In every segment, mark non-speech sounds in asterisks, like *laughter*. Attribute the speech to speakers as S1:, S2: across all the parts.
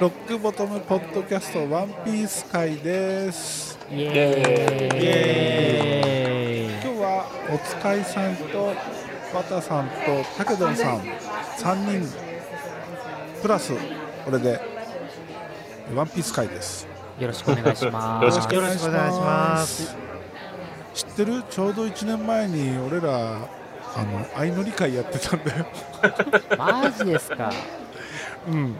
S1: ロックボトムポッドキャストワンピース会です
S2: イエ
S1: イエーイ今日はおつかいさんとバタさんとたけどんさん3人プラスこれでワンピース会です
S2: よろしくお願いします。
S3: よろし
S1: くお願いします知ってるちょうど1年前に俺らあの相乗り会やってたんだよ
S2: マジですか。
S1: うん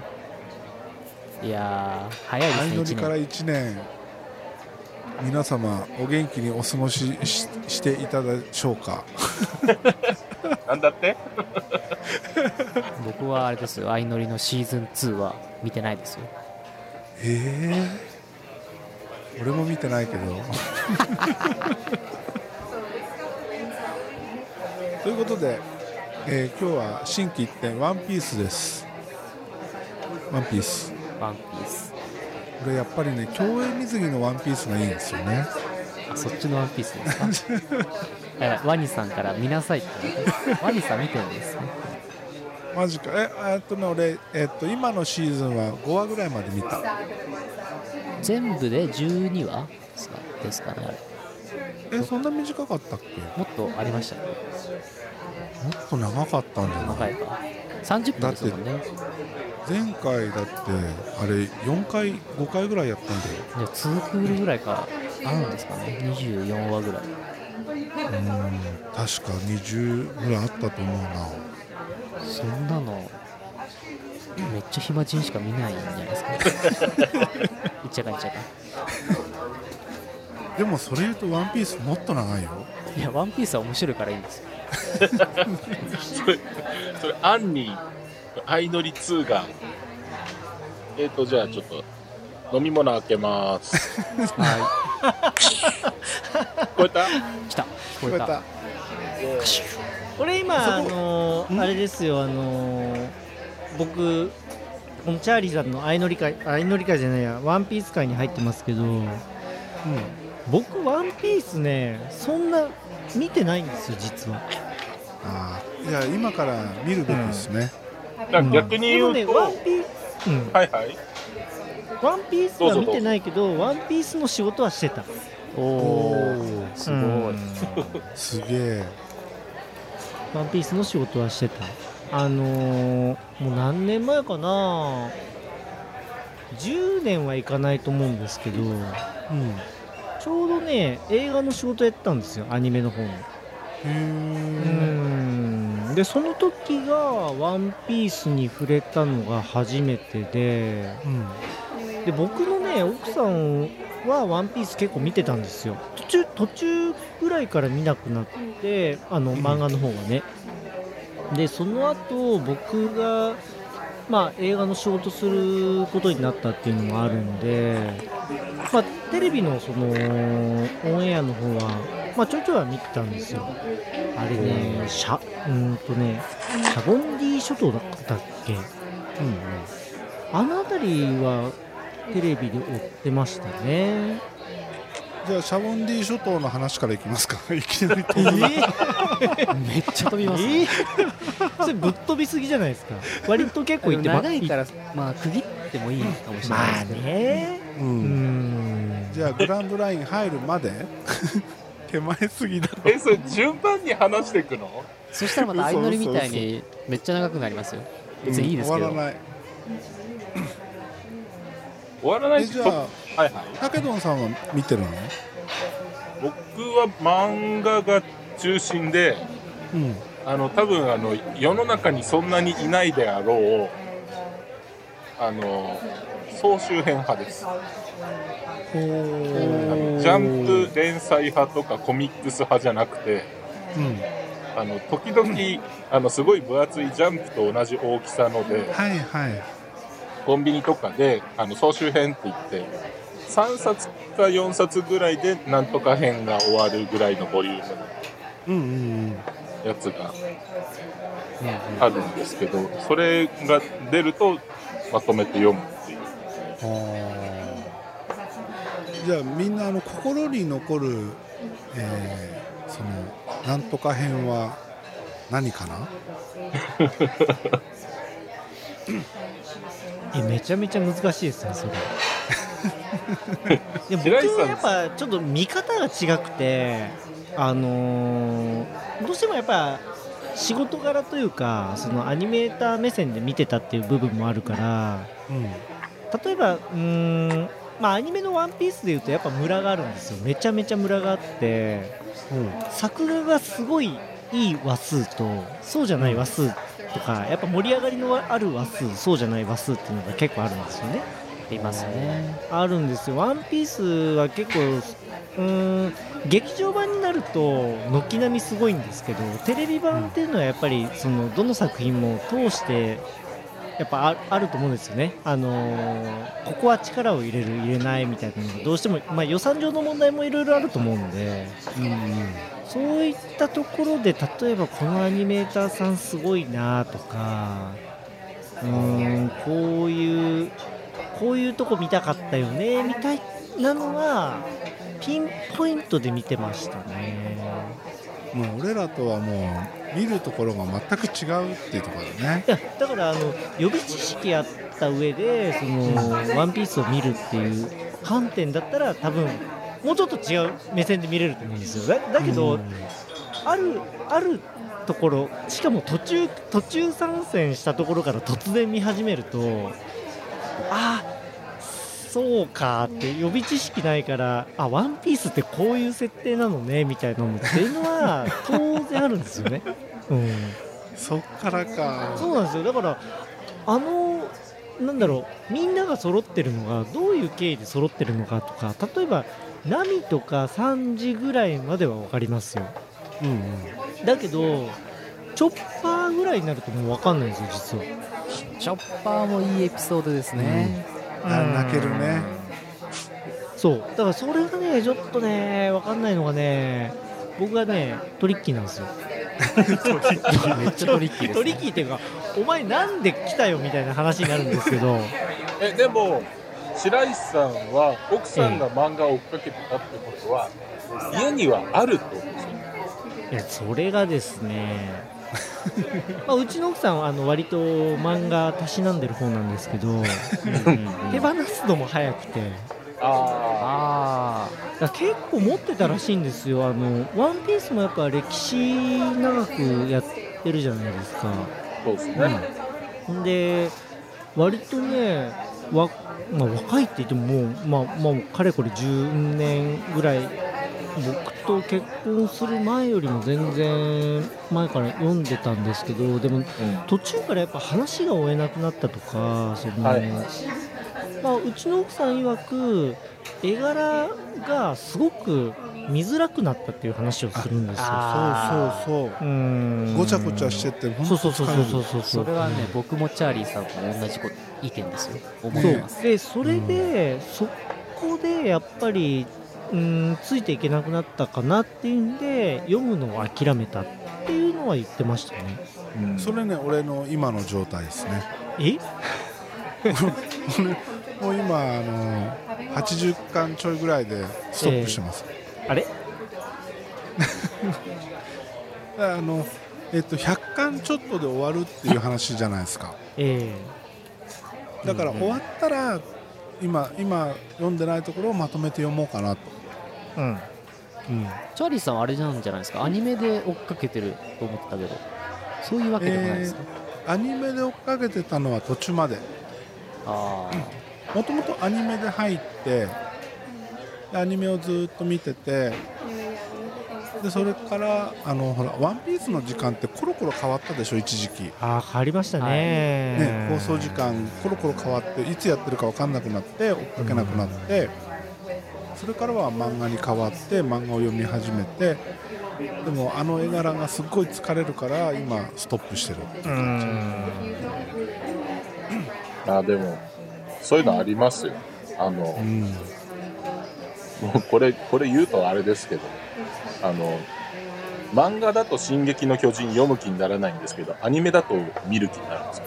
S2: いやー、早い
S1: 相乗
S2: で
S1: り
S2: すね、
S1: から1年皆様お元気にお過ごしししていたでしょうか
S3: なんだって
S2: 一年。僕はあれですよ、相乗りのシーズン2は見てないですよ。
S1: ええ俺も見てないけどということで、えー今日は新規一点ワンピースですワンピース
S2: ワンピース。
S1: 俺やっぱりね競泳水着のワンピースがいいんですよね
S2: あ、そっちのワンピースですか。
S1: *laughs*
S2: えワニさんから見なさいって言われて。ワニさん見てるんですね。
S1: マジかええっとね俺、えっと今のシーズンは5話ぐらいまで見た
S2: 全部で12話ですかですかね、あれ。
S1: えそんな短かったっけ
S2: もっとありましたね。
S1: もっと長かったんじゃない
S2: 長いか。30分ですもんね。
S1: 前回だってあれ4回5回ぐらいやったんだよ
S2: じゃあ、2クールぐらいか、あるんですかね。24話ぐらい。
S1: 確か20ぐらいあったと思うな
S2: そんなのめっちゃ暇人しか見ないんじゃない *laughs* ですかいっちゃかいっちゃか
S1: でもそれ言うと「ワンピースもっと長いよ
S2: いや「ワンピースは面白いからいいんですよ
S3: それ、それ、アンに、相乗り2が、えっ、と、じゃあちょっと、飲み物開けます。
S2: は
S3: こうやった
S2: い来た聞こえた
S4: これ今あ
S1: そこ
S4: のーあれですよあのー僕このチャーリーさんの相乗り会相乗り会じゃないやワンピース会に入ってますけど、僕ワンピースねそんな見てないんですよ実は
S1: あーいや今から見るべきですね、
S3: なんか逆に
S4: で
S3: 言
S4: も
S3: うと、
S4: ねワンピース、うん、
S3: はいはい。
S4: ワンピースは見てないけどワンピースの仕事はしてた
S2: お
S1: お
S2: お
S1: ー
S2: すごい、
S1: すげえ
S4: ワンピースの仕事はしてたあのーもう何年前かな10年はいかないと思うんですけど、ちょうどね映画の仕事やってたんですよアニメの方の
S1: へえ
S4: うんでその時が「ワンピースに触れたのが初めてで
S1: うん
S4: で僕のね奥さんは「ワンピース結構見てたんですよ途中途中ぐらいから見なくなってあの漫画の方がねでその後僕がまあ映画の仕事することになったっていうのもあるんでまあテレビのそのオンエアの方はまあちょいちょいは見てたんですよあれねシャうーんとねシャボンディ諸島だったっけあの辺りはテレビで追ってましたね。
S1: じゃあシャボンディ諸島の話からいきます *laughs* かいきなり
S4: え
S1: 飛ぶな
S2: めっちゃ飛びます、ね、
S4: それぶっ飛びすぎじゃないですか。割と結構行ってま
S2: 長いからまあ区切ってもいいかもしれない
S4: ま
S2: で
S4: あ
S2: すね、
S4: ね。
S1: う
S4: うんん。
S1: じゃあグランドライン入るまで手前すぎだろ
S3: え、それ順番に話していくの
S2: そしたらまた相乗りみたいにめっちゃ長くなりますよ別にいいですけど、
S1: 終わらない
S3: 終わらない
S1: え
S3: し
S1: じゃあ
S3: はいはい。
S1: たけどんさんは見てるの
S3: 僕は漫画が中心で、
S1: うん
S3: あの、多分あの、世の中にそんなにいないであろう、あの、総集編派です。
S1: ほー
S3: ジャンプ連載派とかコミックス派じゃなくて、
S1: うん
S3: あの時々あのすごい分厚いジャンプと同じ大きさので、
S1: はいはい
S3: コンビニとかであの総集編って言って、3冊か4冊ぐらいでなんとか編が終わるぐらいのボリューム
S1: うんうん
S3: のやつが
S2: うんうん
S3: あるんですけど、それが出るとまとめて読むっていう。
S1: じゃあみんなあの心に残る、えーそのなんとか編は何かな
S4: えめちゃめちゃ難しいですねそれでも
S3: 白石さん
S4: 僕はやっぱちょっと見方が違くてあのーどうしてもやっぱ仕事柄というかそのアニメーター目線で見てたっていう部分もあるから例えばうーんまあアニメの「ワンピースでいうとやっぱムラがあるんですよめちゃめちゃムラがあって作画がすごいいい話数とそうじゃない話数とかやっぱ盛り上がりのある話数そうじゃない話数っていうのが結構あるんですよね
S2: いますね。
S4: あるんですよ「ワンピースは結構うーん劇場版になると軒並みすごいんですけどテレビ版っていうのはやっぱりそのどの作品も通してやっぱああると思うんですよね、あのーここは力を入れる入れないみたいなのがどうしても、まあ、予算上の問題もいろいろあると思うので、そういったところで例えばこのアニメーターさんすごいなとかうーんこういうこういうとこ見たかったよねみたいなのはピンポイントで見てましたね。
S1: もう俺らとはもう見るところが全く違うっていうところだね
S4: いやだからあの予備知識あった上でその「ワンピースを見るっていう観点だったら多分もうちょっと違う目線で見れると思うんですよだだけど、あるあるところしかも途中途中参戦したところから突然見始めるとあそうかって予備知識ないから「あワンピースってこういう設定なのねみたいなのっていうのは当然あるんですよね。うん、
S1: そっからか
S4: そうなんですよだからあのなんだろうみんなが揃ってるのがどういう経緯で揃ってるのかとか例えばナミとか3時ぐらいまでは分かりますよ
S1: うんうん
S4: だけどチョッパーぐらいになるともう分かんないんですよ実は
S2: チョッパーもいいエピソードですね。
S1: あ泣けるね
S4: そうだからそれがねちょっとね分かんないのがね僕がねトリッキーなんですよ
S2: めっちゃトリッキーです、ね。
S4: トリッキーっていうかお前なんで来たよみたいな話になるんですけど *laughs*
S3: えでも白石さんは奥さんが漫画を追っかけてたってことは、家にはあるってことですよね
S4: いやそれがですね
S2: *laughs*
S4: まあうちの奥さんはあの割と漫画たしなんでる方なんですけど手放すのも早くて
S3: あ
S2: あ
S4: だから結構持ってたらしいんですよあの「ワンピースもやっぱ歴史長くやってるじゃないですか
S3: あそうですね、
S4: ほんで割とねわ、まあ、若いって言ってももう、まあ、もうかれこれ10年ぐらい僕と結婚する前よりも全然前から読んでたんですけどでも途中からやっぱ話が追えなくなったとかその、
S3: はい
S4: まあ、うちの奥さん曰く絵柄がすごく見づらくなったっていう話をするんですよ。
S2: あ
S1: そうそう
S4: う
S1: そ
S4: ん
S1: うごちゃごちゃしててほん
S4: そ
S1: と
S4: うそうそう
S1: 疲れ
S4: そう
S1: る
S4: そうそう
S2: あ、それはね、僕もチャーリーさんも同じこと意見ですよ。思
S4: そ
S2: いうます。
S4: でそれで、そこでやっぱりうんついていけなくなったかなっていうんで読むのを諦めたっていうのは言ってましたね
S3: うん
S1: それね俺の今の状態ですね
S4: え
S1: もう今あの80巻ちょいぐらいでストップしてます、
S4: あれ
S1: あのえっと100巻ちょっとで終わるっていう話じゃないですか
S4: え
S1: だから終わったら今今読んでないところをまとめて読もうかなと
S4: えうん
S2: チャーリーさんはあれなんじゃないですか。アニメで追っかけてると思ったけど、そういうわけでもないですか。
S1: アニメで追っかけてたのは途中まで
S2: あ
S1: もともとアニメで入ってでアニメをずっと見ててでそれからあのほら「ワンピースの時間ってコロコロ変わったでしょ一時期、ね、
S4: ああ変わりましたね,、
S1: 放送時間コロコロ変わっていつやってるか分かんなくなって追っかけなくなってそれからは漫画に変わって漫画を読み始めてでもあの絵柄がすっごい疲れるから今ストップしてる
S4: うん
S3: あでもそういうのありますよあの、
S1: うん
S3: もうこれこれ言うとあれですけどあの漫画だと「進撃の巨人」読む気にならないんですけどアニメだと見る気になるんですよ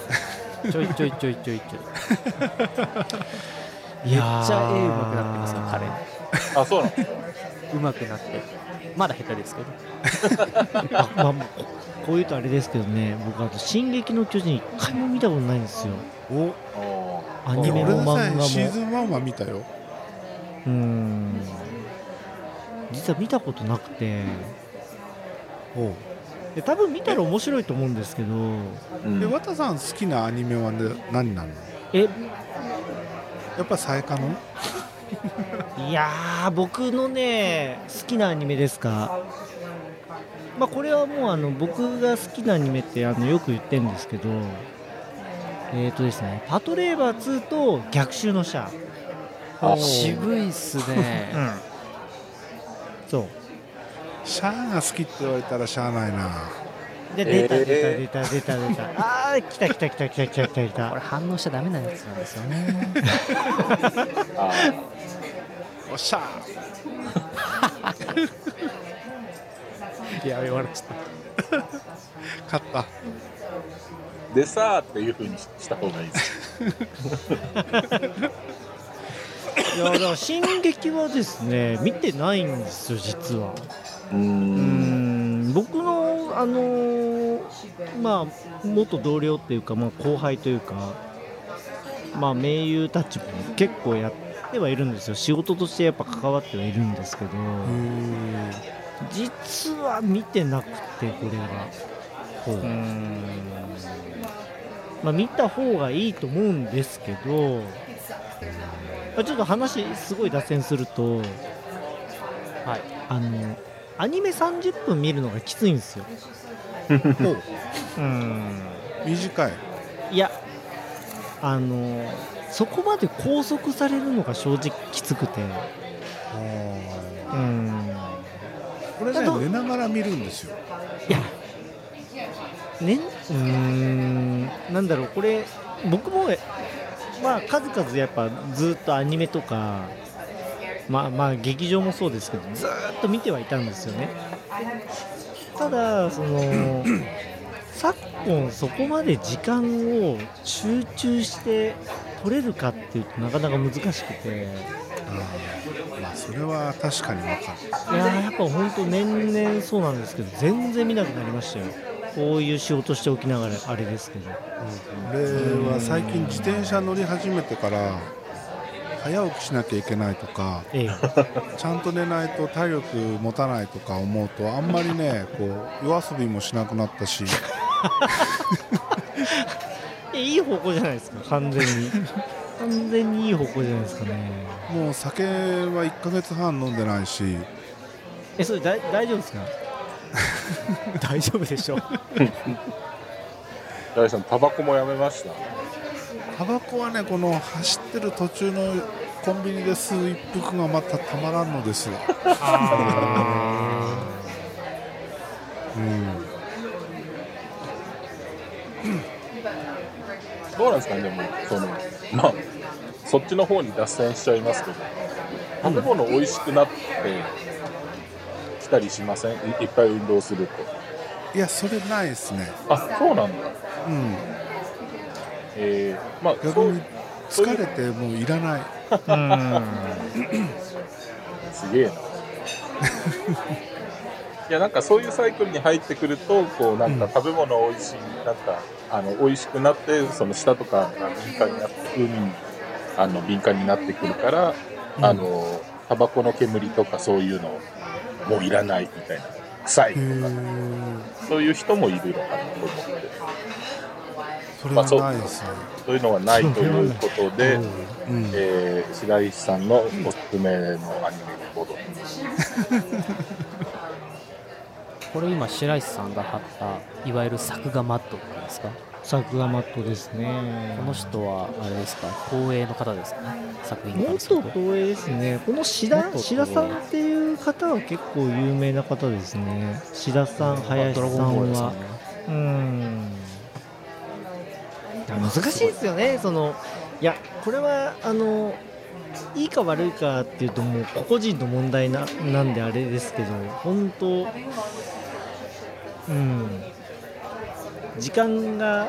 S2: あ、ちょいちょいちょいちょいちょい。
S4: め
S2: めっちゃ絵上手くなってますよ、彼。
S3: あそうなんですか
S2: 上手くなって。まだ下手ですけど
S4: あまあ、ここういうとあれですけどね僕あと「進撃の巨人」一回も見たことないんですよおアニ
S1: でも
S4: メ
S1: 俺
S4: も漫
S1: のさ
S4: 画も
S1: えシーズン1は見たよ
S4: うーん実は見たことなくてで多分見たら面白いと思うんですけど
S3: *laughs* うん
S1: で綿さん好きなアニメはね何なの
S4: え
S1: やっぱサエカの
S4: いやー僕のね好きなアニメですかまあこれはもうあの僕が好きなアニメってあのよく言ってるんですけどえっ、とですね「パトレーバー2」と「逆襲のシャア」
S1: おー
S2: 渋いっすね
S4: そう
S1: シャアが好きって言われたらしゃあないな
S4: で
S3: え
S4: 出
S3: ー
S4: た出た出た出た出た、
S3: *laughs*
S4: ああ来た来た来た来た来た来た来
S2: これ
S4: た
S2: 反応しちゃダメなやつなんですよね
S3: あー
S1: おっしゃー
S2: い *laughs* や笑っちゃった
S1: *laughs* 勝った
S3: でさーっていう風にした方がいいです。
S4: いやだから進撃はですね見てないんですよ実は
S3: う
S4: うー
S3: ん。
S4: ん僕のあのーまあ元同僚っていうか、まあ、後輩というかまあ盟友たちも結構やってはいるんですよ仕事としてやっぱ関わってはいるんですけど実は見てなくてこれは
S1: ほう
S4: うーんまあ、見た方がいいと思うんですけど、まあちょっと話すごい脱線すると
S2: はい
S4: あのアニメ30分見るのがきついんですよ
S1: ほう
S4: うん
S1: 短い
S4: いやあのそこまで拘束されるのが正直きつくてうん
S1: これ
S4: あと
S1: ね寝ながら見るんですよ
S4: いや、ね、うーん、なんだろう、これ、僕も、まあ、数々やっぱずっとアニメとか、まあまあ、劇場もそうですけど、ずーっと見てはいたんですよね。ただ、その、昨今、そこまで時間を集中して取れるかっていうとなかなか難しくて、
S1: あまあそれは確かにわかる
S4: いやーやっぱ本当年々そうなんですけど全然見なくなりましたよこういう仕事しておきながらあれですけど
S1: 俺は最近自転車乗り始めてから早起きしなきゃいけないとか
S4: ええ
S1: ちゃんと寝ないと体力持たないとか思うとあんまりねこう夜遊びもしなくなったし
S2: *laughs*
S4: いやいい方向じゃないですか完全に完全にいい方向じゃないですかね
S1: もう酒は1ヶ月半飲んでないし
S4: えそれだい大丈夫です
S2: *laughs*
S4: か大丈夫でしょ
S3: 大地さん、タバコもやめました。
S1: タバコはねこの走ってる途中のコンビニで吸う一服がまたたまらんの *laughs* ですよ、うん、
S3: どうなんですかね、でも、その、まあ、そっちの方に脱線しちゃいますけど、食べ物美味しくなってきたりしませんいいっぱい運動すると。
S1: いやそれないですね
S3: あ、そうなんだ。
S1: うん
S3: えー、まあ、
S1: 逆
S3: そう
S1: に疲れてもういらない
S3: すげえ *laughs* な。いやなんかそういうサイクルに入ってくるとこうなんか食べ物美味しい、なんかあの美味しくなってその舌とかが敏感になって海にあの敏感になってくるから、あのタバコの煙とかそういうのもういらないみたいな臭いとかそういう人もいるのかなと思って
S1: それはないですね、
S3: そういうのはないということで、
S1: うん、
S3: えー白石さんのおすすめのアニメに戻って。
S2: これ今白石さんが貼ったいわゆる作画マットっていうんですか
S4: 作画マットですね
S2: この人はあれですか光栄の方ですか作品家ですけ
S4: 元
S2: ど
S4: 東映ですねこの志田
S2: 元東映
S4: 志田さんっていう方は結構有名な方ですね志田さん林さ
S2: ドラ
S4: ん
S2: ゴンボールですよ
S4: は
S2: ね
S4: うーん難しいですよね、そのいやこれはあのいいか悪いかっていうともう個々人の問題ななんであれですけど本当うん時間が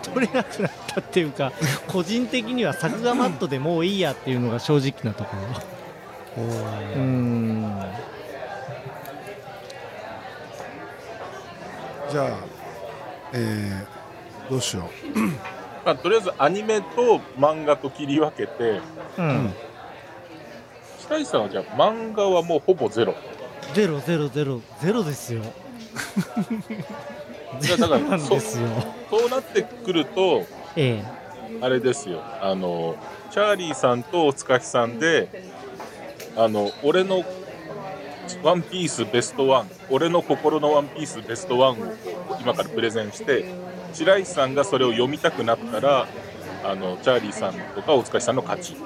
S4: *laughs* 取れなくなったっていうか個人的には作画マットでもういいやっていうのが正直なところ。うーん
S1: じゃあ、えーどうしよう
S3: まあ、とりあえずアニメと漫画と切り分けて
S4: うん、
S3: 白石さんはじゃあ漫画はもうほぼゼロ
S4: ゼロゼロゼロゼロです
S3: い
S4: よ。
S3: やだから
S4: なんですよ。
S3: そうなってくると
S4: え
S3: あれですよあのチャーリーさんとおつかきさんであの俺のワンピースベストワン俺の心のワンピースベストワンを今からプレゼンして白石さんがそれを読みたくなったらあのチャーリーさんとかおつかきさんの勝ち
S1: いや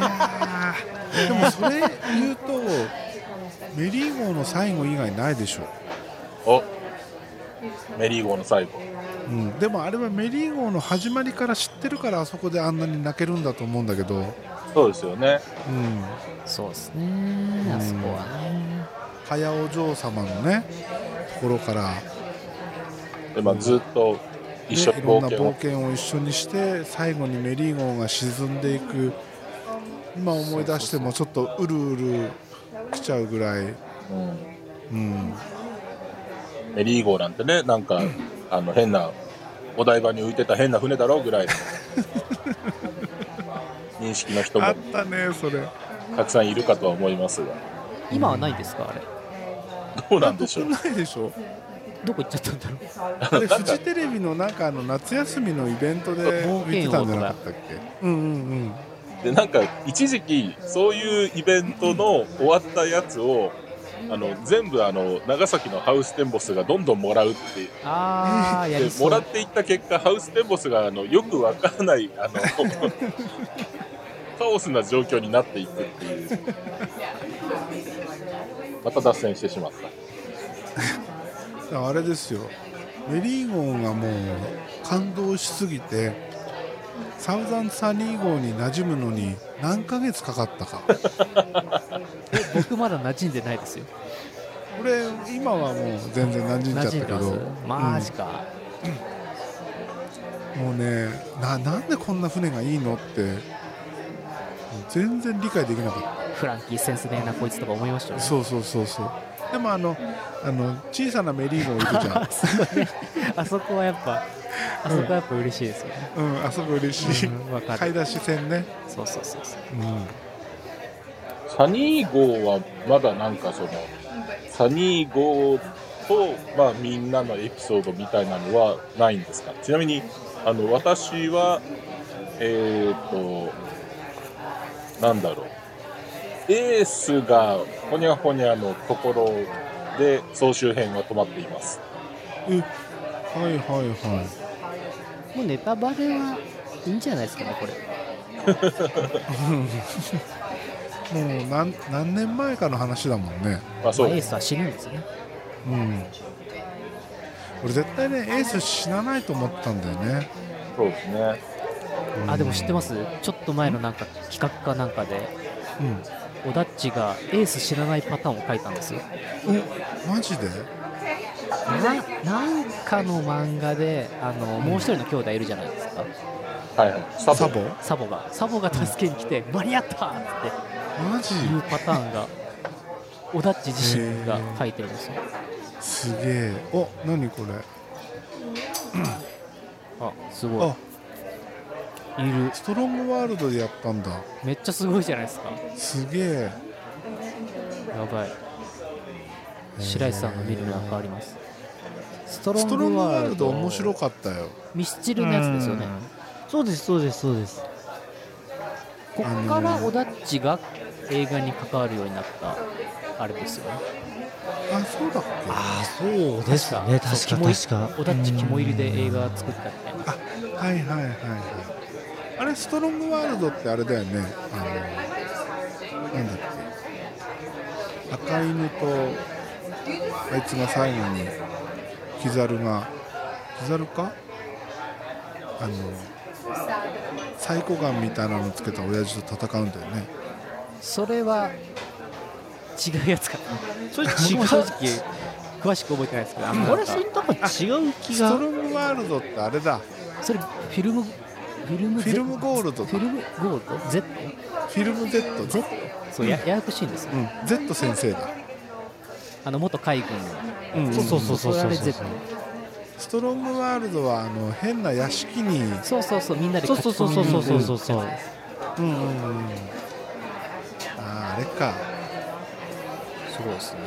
S1: ーでもそれ言うとメリーゴーの最後以外ないでしょ
S3: おメリーゴーの最後
S1: うん、でもあれはメリーゴーの始まりから知ってるからあそこであんなに泣けるんだと思うんだけど、うん、
S3: そうですよね
S2: そうですねあそこはね
S1: 早お嬢様のねところから、ね
S3: で、まあ、ずっと一緒に
S1: いろ
S3: 冒
S1: んな
S3: 険
S1: 冒
S3: を
S1: 険を一緒にして最後にメリーゴーが沈んでいく今思い出してもちょっとうるうる来ちゃうぐらい、うん、
S3: メリーゴーなんてねなんかあの変なお台場に浮いてた変な船だろうぐらい *laughs* の認識の人
S1: あっ
S3: も
S1: たねそれ
S3: たくさんいるかとは思いますが
S2: 今はないですかあれ
S3: どうなんでしょう
S1: ないでしょ
S2: どこ行っちゃったんだろ
S1: あ
S2: う
S1: れフジテレビのなんかあの夏休みのイベント
S3: *laughs*
S1: で
S2: 冒険王とか
S1: 見てたんじゃなかったっけうんうんうん
S3: でなんか一時期そういうイベントの終わったやつをあの全部あの長崎のハウステンボスがどんどんもらうっていう
S2: ああや
S3: で
S2: りそ *laughs*
S3: も
S2: う
S3: らっていった結果ハウステンボスがあのよくわからないあの *laughs* カオスな状況になっていくっていうまた脱線してしまった
S1: だからあれですよメリーゴーがもう感動しすぎてサウザンサニー号に馴染むのに何ヶ月かかったか
S2: 僕まだ馴染んでないですよ
S1: 俺今はもう全然馴染んじゃっ
S2: 馴
S1: たけ
S2: 染んで
S1: ど
S2: ますマジか、
S1: うんもうねななんでこんな船がいいのってもう全然理解できなかった
S2: フランキーセンスねえなこいつとか思いましたよね
S1: そうそうそうそうでもあのあの小さなメリーゴーいるじゃん
S2: *laughs* あそこね *laughs* あそこはやっぱあそこはやっぱ嬉しいですよね、
S1: うん、あそこ嬉しい、
S2: うんわかる
S1: 買い出し戦ね、
S2: そうそうそうそう
S3: サニー号はまだなんかそのサニー号と、まあ、みんなのエピソードみたいなのはないんですかちなみにあの私はえっ、となんだろうエースがほにゃほにゃのところで総集編は止まっています
S1: うん、はいはいはい
S2: もうネタバレはいいんじゃないですかねこれ
S1: もう何何年前かの話だもんね、
S3: まあそう
S2: まあエ
S3: で
S2: ー
S3: す
S2: スは死ぬんですよね
S1: うん、俺絶対ねエース死なないと思ったんだよね、
S3: そうですね
S1: うん
S2: あでも知ってますちょっと前のなんか企画かなんかで
S1: う
S2: オダッチがエース知らないパターンを書いたんですよ
S1: んおマジで
S2: ななんかの漫画であのもう一人の兄弟いるじゃないですか
S3: はいはいサボ
S1: サボ
S2: サボがサボが助けに来て「間に合った!」っ
S1: マジ
S2: ていうパターンがオダッチ自身が書いてるんですよ
S1: すげえお何これ
S2: あすご
S1: あ
S2: いいる
S1: ストロングワールドでやったんだ
S2: めっちゃすごいじゃないですか
S1: すげえ
S2: やばい白石さんが見るのは変わりますストロ
S1: ス
S2: ン
S1: トロン
S2: グ
S1: グ
S2: ワ
S1: ワ
S2: ー
S1: ー
S2: ル
S1: ル
S2: ド
S1: ド面白かったよ
S2: ミスチルのやつですよね
S4: うん。そうですそうですそうです。
S2: こっからオダッチが映画に関わるようになったあれですよね
S1: あそうだっけ
S4: あそうですかね確
S2: そう
S4: か
S2: 肝い
S4: 確か。
S2: オダッチ肝入りで映画作ったみたいな
S1: あはいはいはいはいあれストロングワールドってあれだよねあのなんだっけ赤犬とあいつが最後にキザルがキザルかあのサイコガンみたいなのつけた親父と戦うんだよね
S2: それは違うやつか
S4: それ違
S2: 僕も
S4: う。
S2: 正直詳しく覚えてないですけどあ
S4: あれそれなんか違う気
S1: スト
S4: が。
S1: ロングワールドってあれだ
S2: それフィルムフィルム
S1: フィルムゴールド
S2: フィルムゴールド Z?
S1: フィルム Z だ
S2: Z? そうやややこしいんですよ
S1: うん Z 先生だ
S2: あの元海軍
S1: うんそ
S2: の
S1: うそう
S4: そうそうそうそ
S2: れ
S4: う
S2: あれ絶対
S1: ストロングワールドはあの変な屋敷に、
S2: そうそうそうみんなで
S4: そうそうそうそうそうそうそう
S2: 書き込みに行くやつ
S1: うんうんうん、あーあれか、
S2: すごいですね、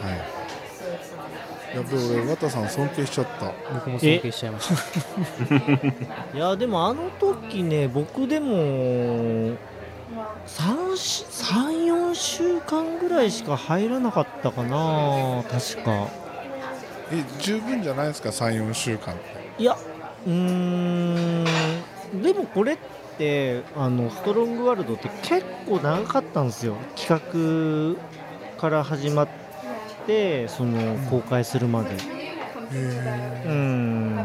S1: はい、やっぱり俺綿さん尊敬しちゃった
S2: 僕も尊敬しちゃいました
S4: いやでもあの時ね僕でも34週間ぐらいしか入らなかったかな確か
S1: え十分じゃないですか34週間って
S4: いやうーんでもこれってあのストロングワールドって結構長かったんですよ企画から始まってその公開するまでうーん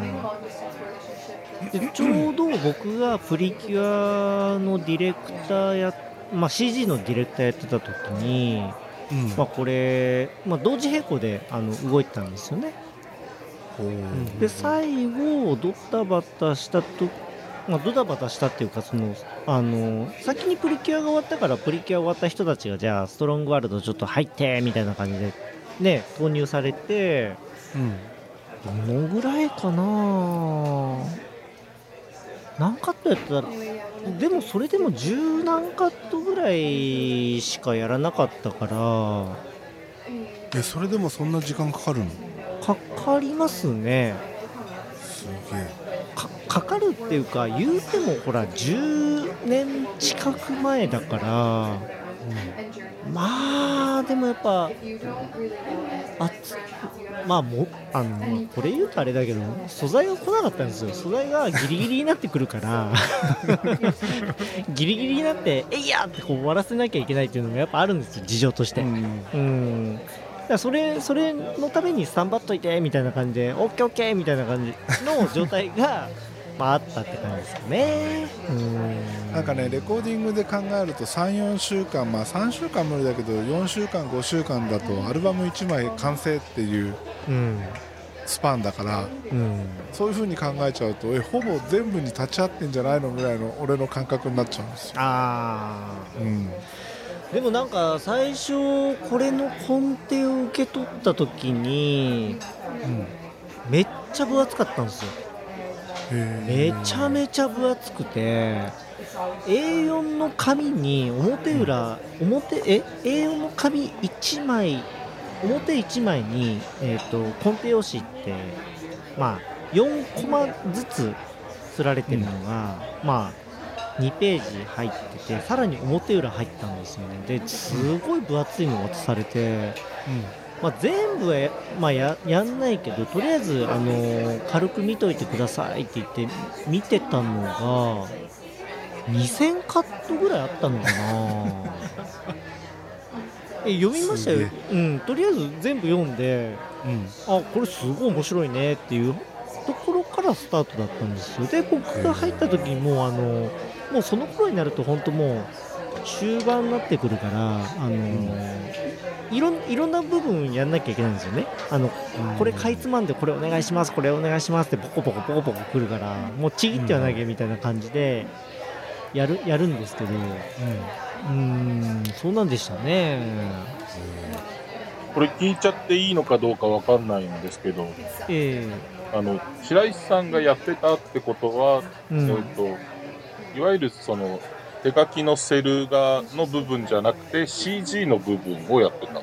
S4: でちょうど僕がプリキュアのディレクターや、まあ、CG のディレクターやってた時に、
S1: うん
S4: まあ、これ、まあ、同時並行であの動いてたんですよねで最後ドタバタしたと、まあ、ドタバタしたっていうかそのあの先にプリキュアが終わったからプリキュア終わった人たちがじゃあストロングワールドちょっと入ってみたいな感じでね投入されて
S1: うん
S4: どのぐらいかな何カットやってたらでもそれでも十何カットぐらいしかやらなかったから
S1: えそれでもそんな時間かかるの
S4: かかりますね
S1: すげえ
S4: かかかるっていうか言うてもほら10年近く前だからまあでもやっぱあつまあもあのこれ言うとあれだけど素材が来なかったんですよ素材がギリギリになってくるから *laughs* ギリギリになって「えいや!」ってこう終わらせなきゃいけないっていうのがやっぱあるんですよ事情として。うんだからそれそれのためにスタンバっといてみたいな感じでオッケーオッケーみたいな感じの状態が *laughs* まああったって感じですかね。うん
S1: なんかねレコーディングで考えると34週間まあ3週間無理だけど4週間5週間だとアルバム1枚完成っていう
S4: うん
S1: スパンだから
S4: うん
S1: そういう風に考えちゃうとえほぼ全部に立ち会ってんじゃないのぐらいの俺の感覚になっちゃうんですよ、
S4: あ
S1: うん、
S4: ーでもなんか最初これの根底を受け取った時に、めっちゃ分厚かったんですよめちゃめちゃ分厚くて A4 の紙に表裏表え A4 の紙1枚表1枚に、えー、とコンペ用紙って、まあ、4コマずつ刷られてるのが、まあ、2ページ入っててさらに表裏入ったんですよねですごい分厚いのが渡されて、まあ、全部はや,、まあ、ややんないけどとりあえず、あのー軽く見といてくださいって言って見てたのが2000カットぐらいあったのかなえ読みましたよ
S1: す、
S4: うん、とりあえず全部読んで
S1: うん
S4: あこれすごい面白いねっていうところからスタートだったんですよで僕が入った時にもうあのもうその頃になると本当もう終盤になってくるからあの、いろんいろんな部分やんなきゃいけないんですよねあのこれかいつまんでこれお願いしますこれお願いしますってポコポコポコポコ来るからもうちぎっては投げみたいな感じでやるやるんですけどうんそうなんでしたね
S3: これ聞いちゃっていいのかどうかわかんないんですけど、
S4: え
S3: あの、白石さんがやってたってことは、
S4: えう
S3: え
S4: ん
S3: っと、いわゆるその、手書きのセル画の部分じゃなくて CG の部分をやってた。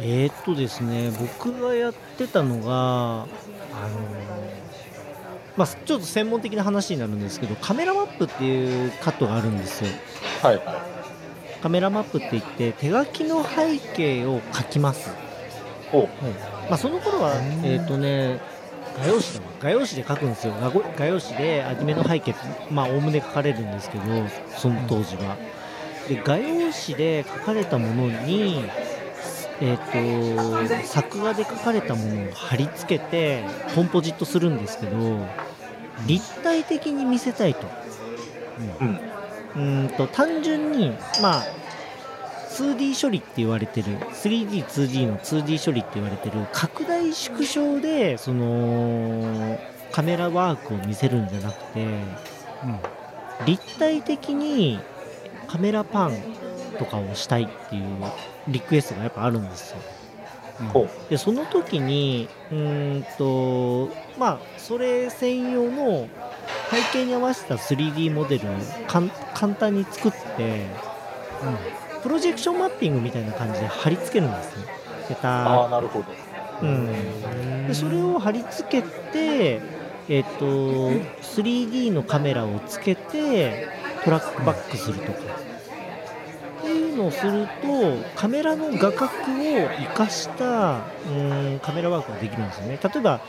S4: えー、っとですね、僕がやってたのが、あのまあ、ちょっと専門的な話になるんですけど、カメラマップっていうカットがあるんですよ。
S3: はいは
S4: カメラマップって言って、手書きの背景を描きます。
S3: い。ほう。
S4: まあ、その頃は
S1: う、ん
S4: えーっとね、画用紙だわ画用紙で描くんですよ。画ご画用紙でアニメの背景、まあ、おおむね描かれるんですけど、その当時は。で、画用紙で描かれたものに、えー、と作画で描かれたものを貼り付けてコンポジットするんですけど立体的に見せたいと、
S3: うん
S4: うんと単純に、まあ、2D 処理って言われてる 3D2D の 2D 処理って言われてる拡大縮小でそのカメラワークを見せるんじゃなくて立体的にカメラパンとかをしたいっていうリクエストがやっぱあるんですよ。
S3: ほ
S4: でその時にうーんとまあそれ専用の背景に合わせた 3D モデルをかん簡単に作って、プロジェクションマッピングみたいな感じで貼り付けるんですね。ペ
S3: あ
S4: タ
S3: あ、
S4: ー
S3: なるほど。
S4: うん、でそれを貼り付けて、えっと 3D のカメラをつけてトラックバックするとか、っていうのをするとカメラの画角を生かしたうんカメラワークができるんですよね例えば、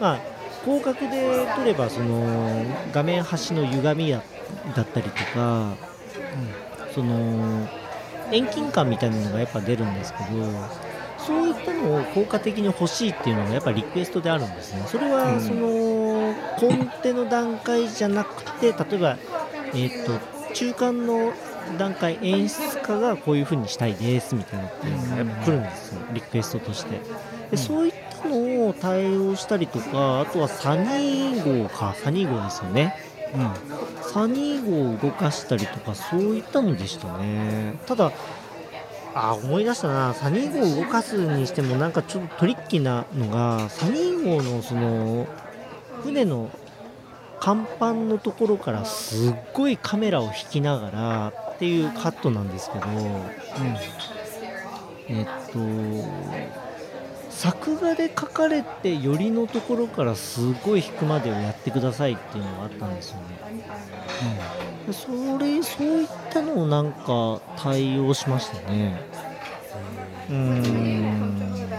S4: まあ、広角で撮ればその画面端の歪みやだったりとか、その遠近感みたいなのがやっぱ出るんですけどそういったのを効果的に欲しいっていうのがやっぱリクエストであるんですね。それ
S1: う
S4: は
S1: ん
S4: そのコンテの段階じゃなくて例えば、えっと中間の段階演出家がこういう風にしたいですみたいなのっていうのがやっぱ来るんですよリクエストとして。でそういったのを対応したりとかあとはサニー号かサニー号ですよね。サニー号を動かしたりとかそういったのでしたねただあ思い出したなサニー号を動かすにしてもなんかちょっとトリッキーなのがサニー号のその船の甲板のところからすっごいカメラを引きながらっていうカットなんですけど、えっと作画で書かれてよりのところからすごい引くまでをやってくださいっていうのがあったんですよね。それそういったのをなんか対応しましたねうーんだ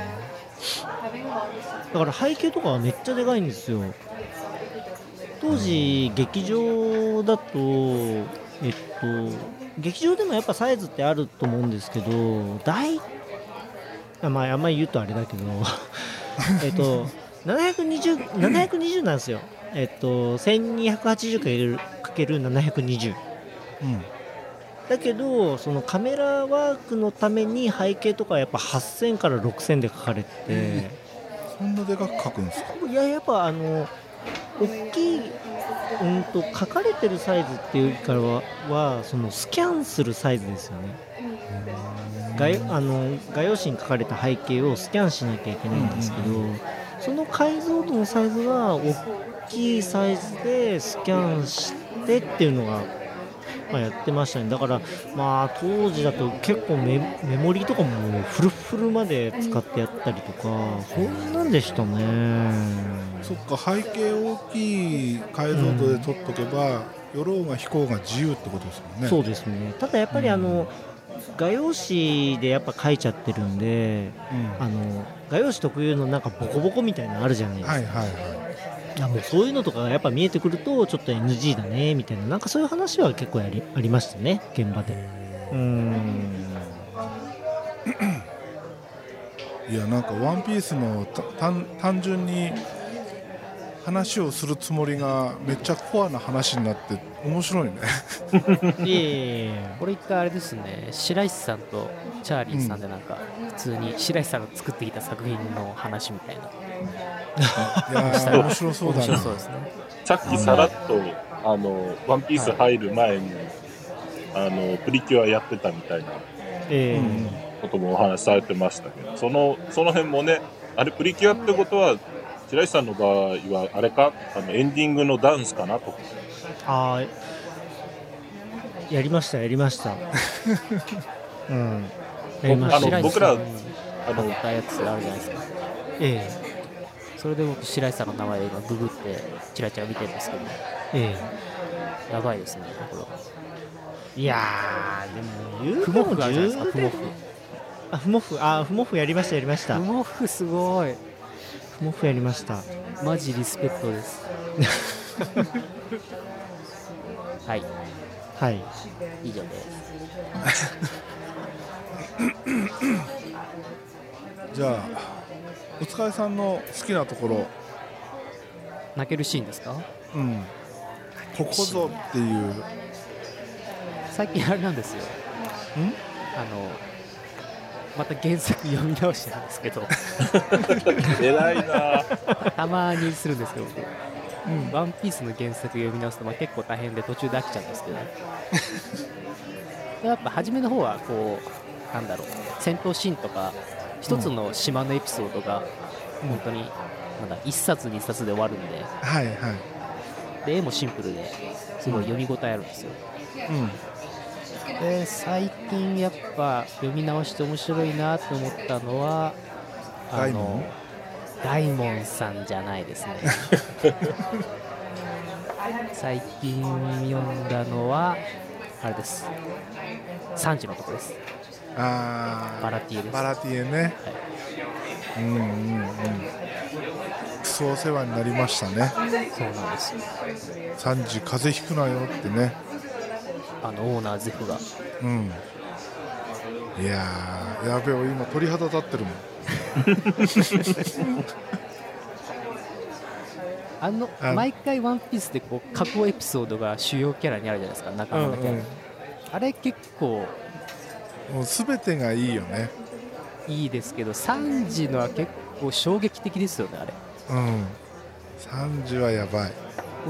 S4: から背景とかはめっちゃでかいんですよ当時劇場だとえっと劇場でもやっぱサイズってあると思うんですけど大あまああんまり言うとあれだけどえっと 720, 720なんですよえっと 1280×720
S1: うん
S4: だけどそのカメラワークのために背景とかはやっぱ8000から6000で描かれてて、
S1: そんなでかく描くんですか
S4: いややっぱあの大きい、うん、と描かれてるサイズっていうよりからははそのスキャンするサイズですよね画用あの画用紙に描かれた背景をスキャンしなきゃいけないんですけど、その解像度のサイズは大きいサイズでスキャンしてっていうのが、まあ、やってましたねだからまあ当時だと結構メメモリーとかもフルフルまで使ってやったりとかそんなんでしたね
S1: そっか背景大きい解像度で撮っとけば、寄ろうが飛行が自由ってことですもんね
S4: そうですねただやっぱりあの、画用紙でやっぱ書いちゃってるんで
S1: うん
S4: あの画用紙特有のなんかボコボコみたいなのあるじゃないですか、
S1: はいはいはい
S4: やもうそういうのとかがやっぱ見えてくるとちょっと NG だねみたいななんかそういう話は結構やりありましたね現場でうーん
S1: いいやなんか「ワンピースのた単単純に話をするつもりがめっちゃコアな話になって面白いね
S4: いえいえ
S2: これ一回あれですね白石さんとチャーリーさんでなんか普通に白石さんが作ってきた作品の話みたいない
S1: やー面白そう
S2: 面
S1: だ
S2: 白
S1: な
S2: そうですね
S3: さっきさらっと、あの、ワンピース入る前に、あの、プリキュアやってたみたいな
S4: ええ
S1: うん
S3: こともお話しされてましたけど、その、その辺もね、あれプリキュアってことは、白石さんの場合は、あれか、あの、エンディングのダンスかなと。
S4: ああやりましたやり
S2: *laughs*
S4: ましたうんやりま
S3: あ
S4: し
S3: の
S4: た
S2: 白石
S3: 僕ら
S2: さん
S3: あ
S2: の
S3: の
S2: やったやつあるじゃないですか
S4: ええ
S2: それで僕白石さんの名前を今ググってチラチラ見てるんですけど
S4: え
S2: やばいですねこれは
S4: えいやーでも言う
S2: 不毛
S4: ても
S2: 布あるじゃないですか
S4: 10
S2: 不毛布
S4: あふもふあふもふやりましたやりました
S2: 不毛布すごい
S4: ふもふやりました
S2: マジリスペクトです *laughs* はい
S4: はい
S2: 以上です
S1: じゃあお疲れさんの好きなところ、
S2: 泣けるシーンですか
S1: うん、ここぞっていう
S2: 最近あれなんですよあのまた原作読み直してるんですけど
S3: *laughs* 偉いなぁ
S2: たまにするんですけど僕ワンピースの原作読み直すと、まあ、結構大変で途中で飽きちゃうんですけどやっぱ初めの方はこうなんだろう戦闘シーンとか一つの島のエピソードが本当になんだ1冊2冊で終わるんで
S1: はいはい
S2: で絵もシンプルですごい読み応えあるんですよ
S1: うん
S2: で最近やっぱ読み直して面白いなと思ったのはあ
S1: 大門
S2: の大門さんじゃな
S1: *laughs*
S2: いですね最近読んだのはあれです3時のとこです
S1: あー
S2: バラティエです
S1: バラティエね、うんうんうんクソお世話になりましたね
S2: そうなんですよ
S1: 三時風邪ひくなよってね
S2: あのオーナーゼフが
S1: うんいやーやべえ俺今鳥肌立ってるもん
S2: あの
S1: あ
S2: 毎回「ワンピースでこう過去エピソードが主要キャラにあるじゃないですか仲間のキャラ、
S1: うんうん
S2: あれ結構
S1: もう全てがいいよね
S2: いいですけど3時のは結構衝撃的ですよねあれ
S1: うん三時はやばい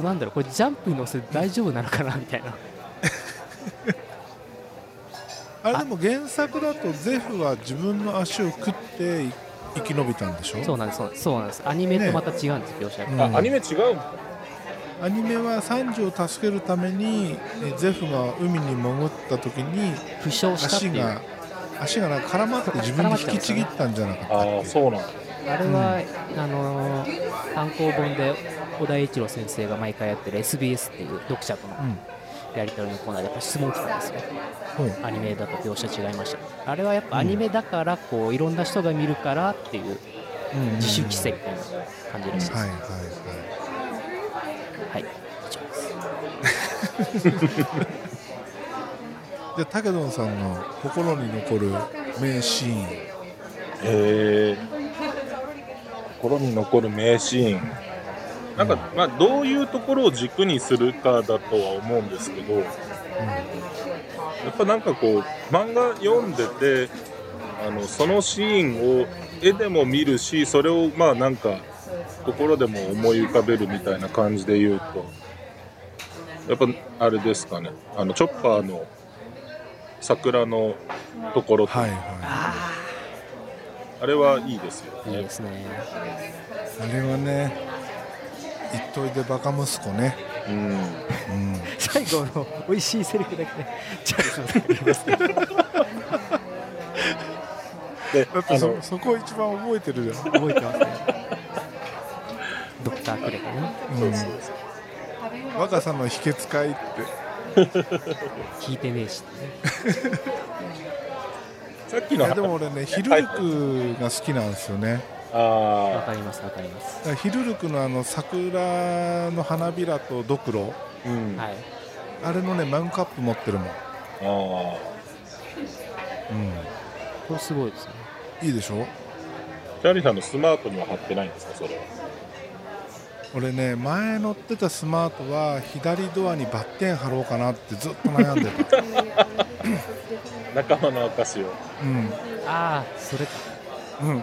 S2: なんだろうこれジャンプに乗せて大丈夫なのかなみたいな
S1: あれでも原作だとゼフは自分の足を食ってい生き延びたんでしょ
S2: そうなんですそうそうなんですアニメとまた違うんです描写が、
S1: うん
S3: あアニメ違う
S1: アニメは三時を助けるためにえゼフが海に潜った時に
S2: 負傷したっ
S1: 足
S2: ていうあ
S1: が足がなんか絡まって自分に引きちぎったんじゃなかったっ
S3: ああそうなんだ
S2: れは、あのー単行本で小田栄一郎先生が毎回やってる SBS っていう読者との
S1: うん
S2: やり取りのコーナーでやっぱ質問来たんですよ
S1: ほう
S2: アニメだと描写違いましたあれはやっぱアニメだからこういろんな人が見るからっていう
S1: うん
S2: 自主規制みたいな感じらしいです、
S1: はいはいは
S2: はい以上です
S1: いで武どさんの心に残る名シーン
S3: へえ心に残る名シーンなんか、まあ、どういうところを軸にするかだとは思うんですけど、やっぱなんかこう漫画読んでてあのそのシーンを絵でも見るしそれをまあなんか心でも思い浮かべるみたいな感じで言うとやっぱあれですかねあのチョッパーの桜のところと、
S1: はいは
S3: あれはいいですよ
S2: いい
S3: ね。
S2: ですね
S1: いあれはね言っといてバカ息子ね
S3: うん
S1: うん
S2: *laughs* 最後の美味しいセリフだけねチャー
S3: で
S1: だってそそこ一番覚えてるじゃん、
S2: 覚えてますねドクター・クレカね
S1: うん、 *laughs* 若さの秘訣かいって
S2: 聞いてねえしってね
S3: さっき
S1: い
S3: の
S1: やでも俺ねヒルルクが好きなんですよね
S2: わ
S3: あ
S2: かりますわかります
S1: だからヒルルクのあの桜の花びらとドクロ
S3: あ、うん、
S2: はい
S1: あれのねマグカップ持ってるもん、
S3: あ
S1: う
S2: これすごいですね
S1: ん、いいでしょ
S3: あ。チャーリーさんのスマートには貼ってないんですか、それは。
S1: 俺ね前乗ってたスマートは左ドアにバッテン貼ろうかなってずっと悩んでた、
S3: 仲間の証を。
S1: うん
S2: ああそれか
S1: うん、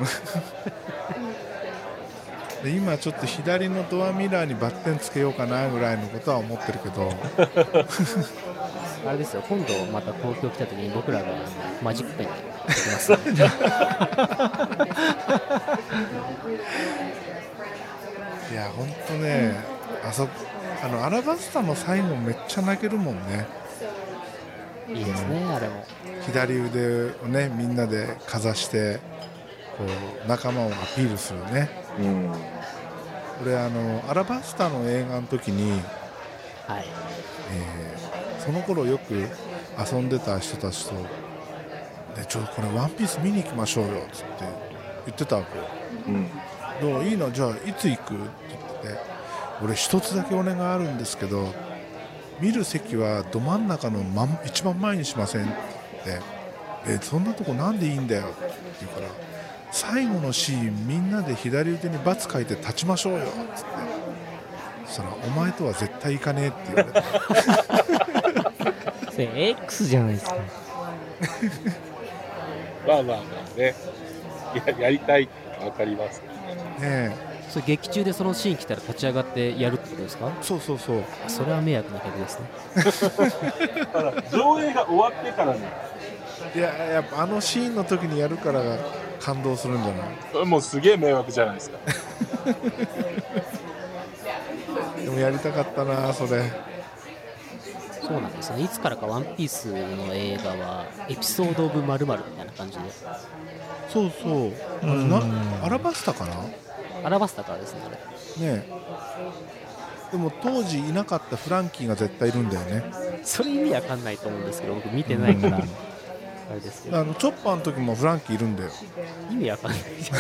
S1: で今ちょっと左のドアミラーにバッテンつけようかなぐらいのことは思ってるけど
S2: あれですよ今度また東京来た時に僕らがマジックペンでやってきます *laughs* ね
S1: いやほんとねあそあのアラバスタの最後めっちゃ泣けるもんね
S2: いいですねあれも
S1: 左腕をねみんなでかざしてこう仲間をアピールするね
S3: うん。
S1: 俺あのアラバスタの映画の時に、
S2: はい
S1: えーその頃よく遊んでた人たちと「でちょこれワンピース見に行きましょうよ」っつって言ってたわけよ
S3: うん。
S1: どういいのじゃあいつ行くって言ってて俺一つだけお願いあるんですけど見る席はど真ん中の、まん、一番前にしませんって言ってえそんなとこなんでいいんだよって言うから最後のシーンみんなで左腕に×書いて立ちましょうよっつってそしたら「お前とは絶対行かねえ」って言われて
S2: それ X じゃないですか
S3: まあまあまあね。ややりたいってわかります。
S1: *laughs* ねえ
S2: それ劇中でそのシーン来たら立ち上がってやるってことですか
S1: そうそうそう
S2: あそれは迷惑な客ですね
S3: ただ、上映が終わってからね。
S1: いややっぱあのシーンの時にやるから感動するんじゃない
S3: それもうすげえ迷惑じゃないですか。
S1: でもやりたかったなそれ
S2: そうなんですよねいつからか「ワンピースの映画はエピソード・オブ・まるみたいな感じで
S1: そうそうあれなアラバスタかなね
S2: 表したからですねあれ
S1: えでも当時いなかったフランキーが絶対いるんだよね
S2: それ意味わかんないと思うんですけど僕見てない *laughs* から
S1: うん
S2: あれですけど
S1: あのチョッパーの時もフランキーいるんだよ
S2: 意味わかんないじゃん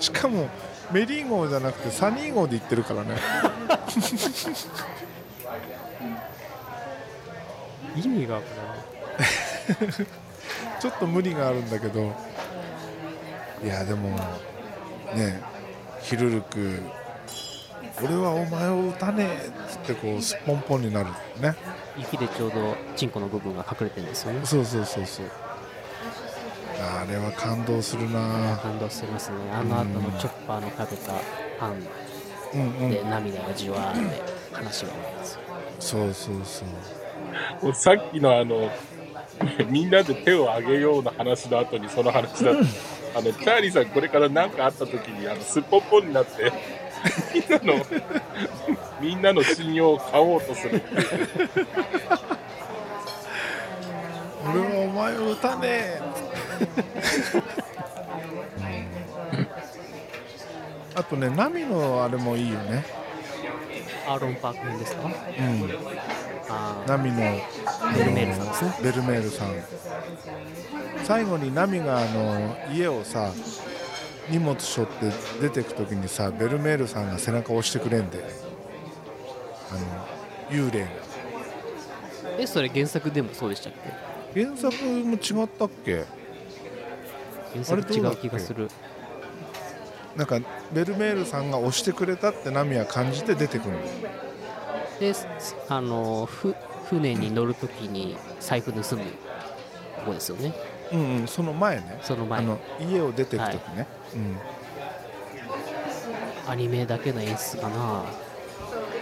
S1: しかもメリー号じゃなくてサニー号で行ってるからね
S2: *laughs*
S1: *laughs*
S2: 意味がわからない
S1: ちょっと無理があるんだけどいやでもねヒルルク俺はお前を撃たねえっつってこうすっぽんぽんになるね
S2: 雪でちょうどチンコの部分が隠れてるんですよね
S1: そうそうそうそうあれは感動するな
S2: 感動してますねあの後のチョッパーの食べたパン
S1: うんう
S2: で
S1: ん
S2: 涙がじわーって話が終わるんですよ
S1: そうそうそう
S3: もうさっきのあの、みんなで手を上げようの話の後にその話だった。あの、チャーリーさんこれから何かあった時に、あの、すっぽんぽんになって、みんなの、みんなの信用を買おうとする。
S1: 俺はお前を撃たね *laughs* えっつってあとねナミのあれもいいよね
S2: アーロン・パーク編ですか
S1: うん
S2: あ
S1: ナミの
S2: あベルメールさんですね
S1: ベルメールさん最後にナミがあの家をさ荷物背負って出てく時にさベルメールさんが背中を押してくれんであの幽霊が
S2: えそれ原作でもそうでしたっけ
S1: 原作も違ったっけ
S2: 原作違う気がする
S1: なんかベルメールさんが押してくれたってナミは感じて出てくるんだよ
S2: であのふ船に乗るときに財布盗むとこですよね
S1: うんうんその前ね
S2: その
S1: あ
S2: 前
S1: の家を出てく時ね、
S2: アニメだけの演出かな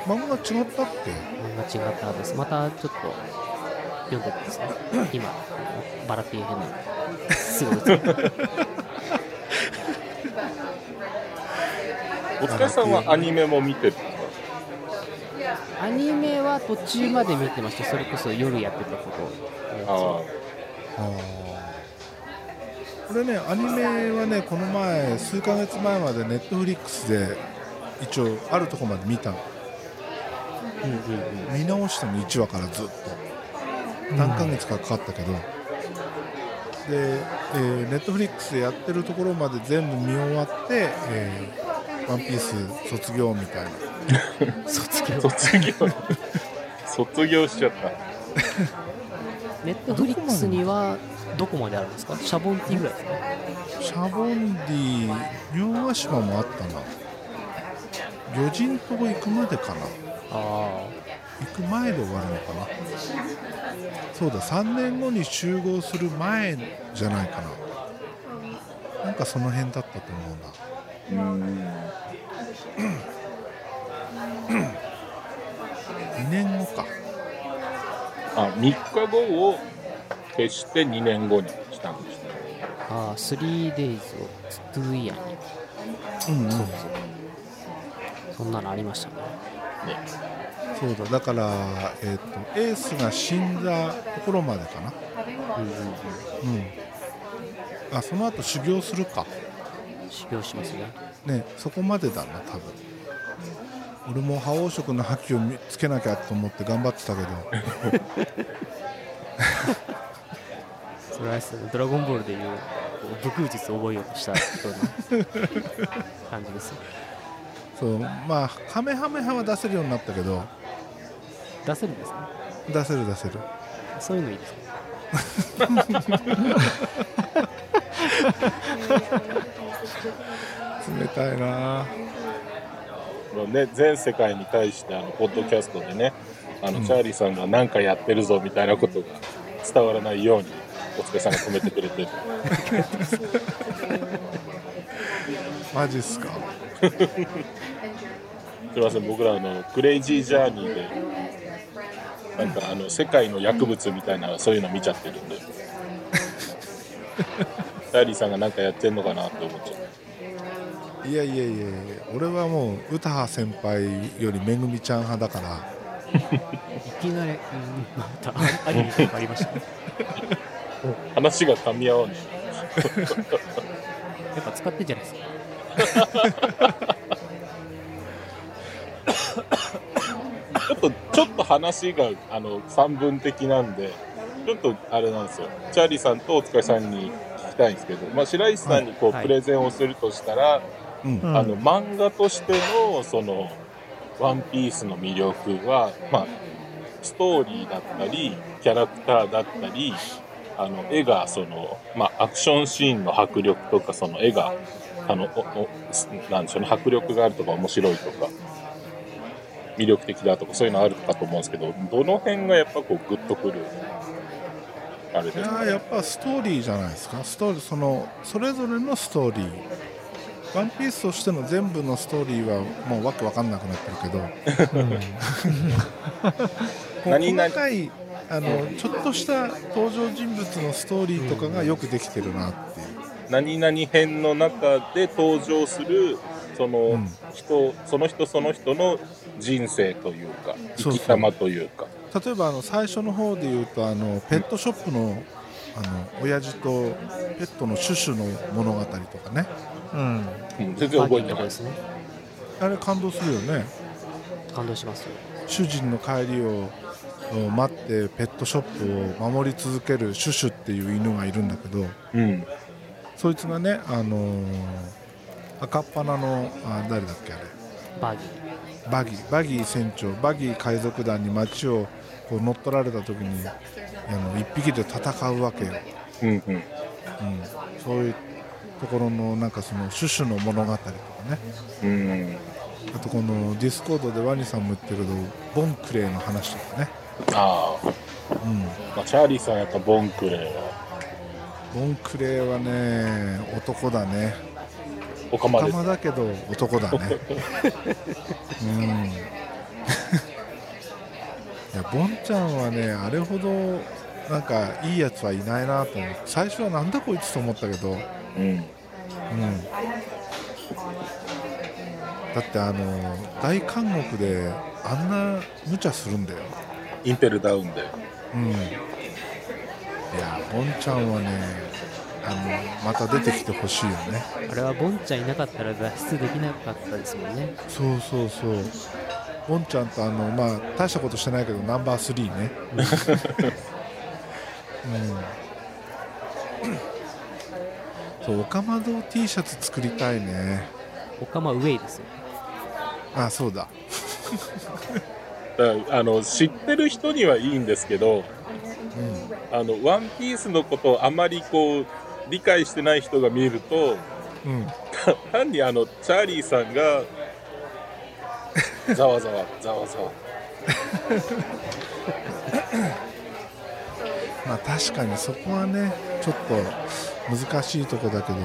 S1: うん、漫画違ったっけ
S2: 漫画違ったですまたちょっと読んでたんですね今バラティエ編のすぐ映る
S3: お疲れさんはアニメも見てる。
S2: *laughs* アニメは途中まで見てましたそれこそ夜やってたこと
S3: あ
S1: これねアニメはねこの前数ヶ月前までネットフリックスで一応あるとこまで見たの
S2: うんうんうん
S1: 見直したの1話からずっと何ヶ月かかかったけど、で、えネットフリックスでやってるところまで全部見終わって「えーワンピース卒業みたいな
S2: 卒業
S3: あ、卒業。卒業しちゃった。
S2: ネットフリックスにはどこまであるんですかシャボンティぐらいで
S1: シ
S2: すか
S1: ャボンディ両ヶ島もあったな魚人島行くまでかな
S2: あ
S1: 行く前で終わるのかなそうだ3年後に集合する前じゃないかななんかその辺だったと思うな2年後か
S3: あ、3日後を消して2年後にしたんですね。
S2: あああ 3days をトゥーイヤーに
S1: うんうん
S2: そんなのありましたね
S1: そうだだから、えっとエースが死んだところまでかな
S2: うんうんうん
S1: うんあその後修行するか
S2: 修行しますね
S1: ねそこまでだな多分俺も覇王色の覇気を見つけなきゃと思って頑張ってたけど
S2: それはですねドラゴンボールでいうこう武空術を覚えようとしたよう *laughs* な感じですよ
S1: そうまあカメハメハは出せるようになったけど
S2: 出せるんですね
S1: 出せる出せる
S2: そういうのいいですね
S1: 冷たいな
S3: もうね、全世界に対してあのポッドキャストでねあの、チャーリーさんが何かやってるぞみたいなことが伝わらないようにお疲れさんが止めてくれてる
S1: マジっすか
S3: すいません僕らあのクレイジージャーニーでなんかあの世界の薬物みたいなそういうの見ちゃってるんでラリーさんがなんかやってんのかなって思っちゃう
S1: いやいやいや俺はもう詩羽先輩よりめぐみちゃん派だから
S2: いきなり、うん、またありがとありましたね
S3: 話が噛み合わない
S2: やっぱ使ってんじゃないですか
S3: ちょっとちょっと話があの三分的なんでちょっとあれなんですよチャーリーさんとお疲れさんに聞きたいんですけど、まあ、白石さんにこう、
S2: はい
S3: プレゼンをするとしたら、
S1: うん
S4: うん
S3: あの漫画としてのその「ワンピースの魅力は、まあ、ストーリーだったりキャラクターだったりあの絵がその、まあ、アクションシーンの迫力とかその絵があのおおなんでしょうね迫力があるとか面白いとか魅力的だとかそういうのあるかと思うんですけどどの辺がやっぱこうグッとくるあれです
S1: い
S3: か
S1: やーやっぱストーリーじゃないですかストーリーそのそれぞれのストーリー「ワンピースとしての全部のストーリーはもうわけわかんなくなってるけど *laughs* こう
S3: 何々
S1: 細かいあのちょっとした登場人物のストーリーとかがよくできてるなっていう
S3: 何々編の中で登場するその
S1: ん
S3: 人、その人その人の人生というか
S1: そうそ
S3: 生
S1: う
S3: き様というか
S1: 例えばあの最初の方で言うとあのペットショップのあの親父とペットのシュシュの物語とかね
S4: うん
S3: うん全然覚え
S2: パ
S3: て
S2: ーティーのと
S3: な
S2: こ
S3: い
S2: ですね
S1: あれ感動するよね
S2: 感動しますよ
S1: 主人の帰りをを待ってペットショップを守り続けるシュシュっていう犬がいるんだけど
S3: うん
S1: そいつがね、あのー赤っ鼻のあ誰だっけあれ
S2: バーギー
S1: バギーバギー船長バギー海賊団に街をこう乗っ取られた時にあの一匹で戦うわけよ、
S3: うんうん
S1: うん、そういうところのなんかそのシュシュの物語とかね
S3: うん
S1: あとこのディスコードでワニさんも言ってるけどボンクレーの話とかね、
S3: あ
S1: うん、
S3: あ、まあ、チャーリーさんやっぱボンクレーは
S1: ボンクレーはね男だね
S3: オカマです
S1: 玉だけど男
S3: *laughs*
S1: だねうん *laughs* いやボンちゃんはねあれほどなんかいいやつはいないなと思って最初はなんだこいつと思ったけど、うん、だ
S3: うん
S1: ってあの大監獄であんな無茶するんだよ
S3: インテルダウンで
S1: うんいやボンちゃんはねあのまた出てきてほしいよね
S2: あれはボンちゃんいなかったら脱出できなかったですもんね
S1: そうそうそうボンちゃんとあのまあ大したことしてないけどナンバー3ねうんそうオカマ堂 T シャツ作りたいね
S2: オカマウェイですよ
S1: あそうだ
S3: だからあの知ってる人にはいいんですけど、あのワンピースのことをあまりこう理解してない人が見ると
S1: うん
S3: た単にあのチャーリーさん
S1: *laughs*
S3: がざわざわざわざわ
S1: まあ確かにそこはねちょっと難しいとこだけど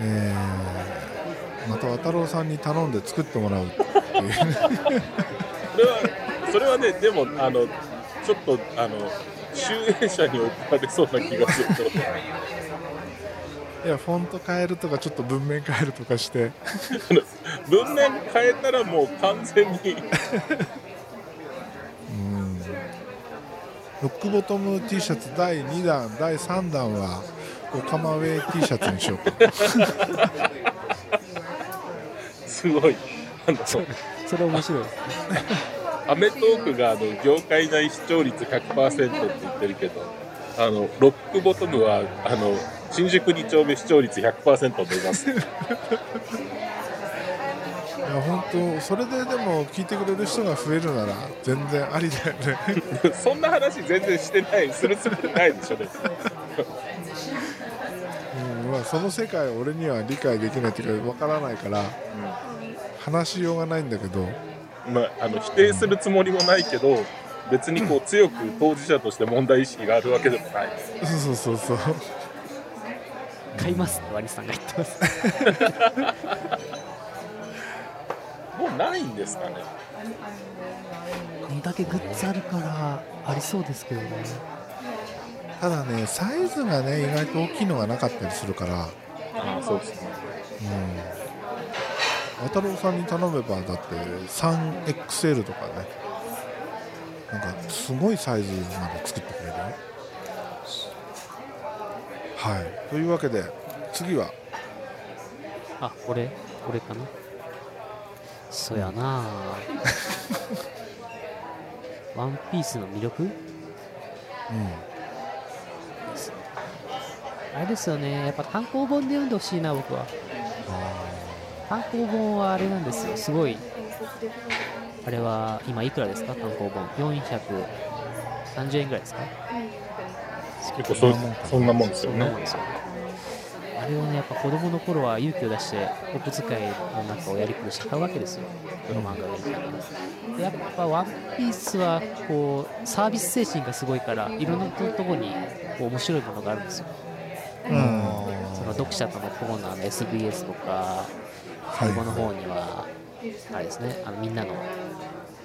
S1: えーまた渡郎さんに頼んで作ってもらうっていう
S3: それはそれはねでもあのちょっとあの集英社に送られそうな気がすると
S1: いやフォント変えるとかちょっと文面変えるとかして
S3: あの文面変えたらもう完全に
S1: うんロックボトム T シャツ第2弾第3弾はオカマウェイ T シャツにしよ *laughs* うか
S3: すごいあの
S2: それ面白いです
S3: アメトーークがあの業界内視聴率100%って言ってるけどあのロックボトムはあの新宿2丁目視聴率100%を目指す *laughs*
S1: いや本当それででも聞いてくれる人が増えるなら全然ありだよね
S3: そんな話全然してないするつもりないでしょね
S1: *laughs* うんまあその世界を俺には理解できないというかわからないから、話しようがないんだけど
S3: まあ、あの否定するつもりもないけど別にこう強く当事者として問題意識があるわけでもない
S1: そうそうそうそう
S2: 買いますってワニさんが言ってます
S3: もうないんですかね
S2: こんだけグッズあるからありそうですけどね
S1: ただねサイズがね意外と大きいのがなかったりするから
S3: あそうですね。
S1: うん渡郎さんに頼めばだって 3XL とかねなんかすごいサイズまで作ってくれるよはいというわけで次は
S2: あこれこれかなそやな *laughs* あワンピースの魅力
S1: う
S2: あれですよねやっぱ単行本で読んでほしいな僕は単行本はあれなんですよすごいあれは今いくらですか単行本430円ぐらいですか
S3: 結構そそんなもんです
S2: そ
S3: よ
S2: んな
S3: ね
S2: もん。ですよあれをねやっぱ子供の頃は勇気を出してお小遣いの中をやりくりして買うわけですよこの漫画がいいからでやっぱ「ワンピースはこうサービス精神がすごいからいろんなとこにこう面白いものがあるんですよ
S1: んうん
S2: その読者とのコーナーの SBS とか
S1: はい
S2: 最後の方にはあれですねあのみんなの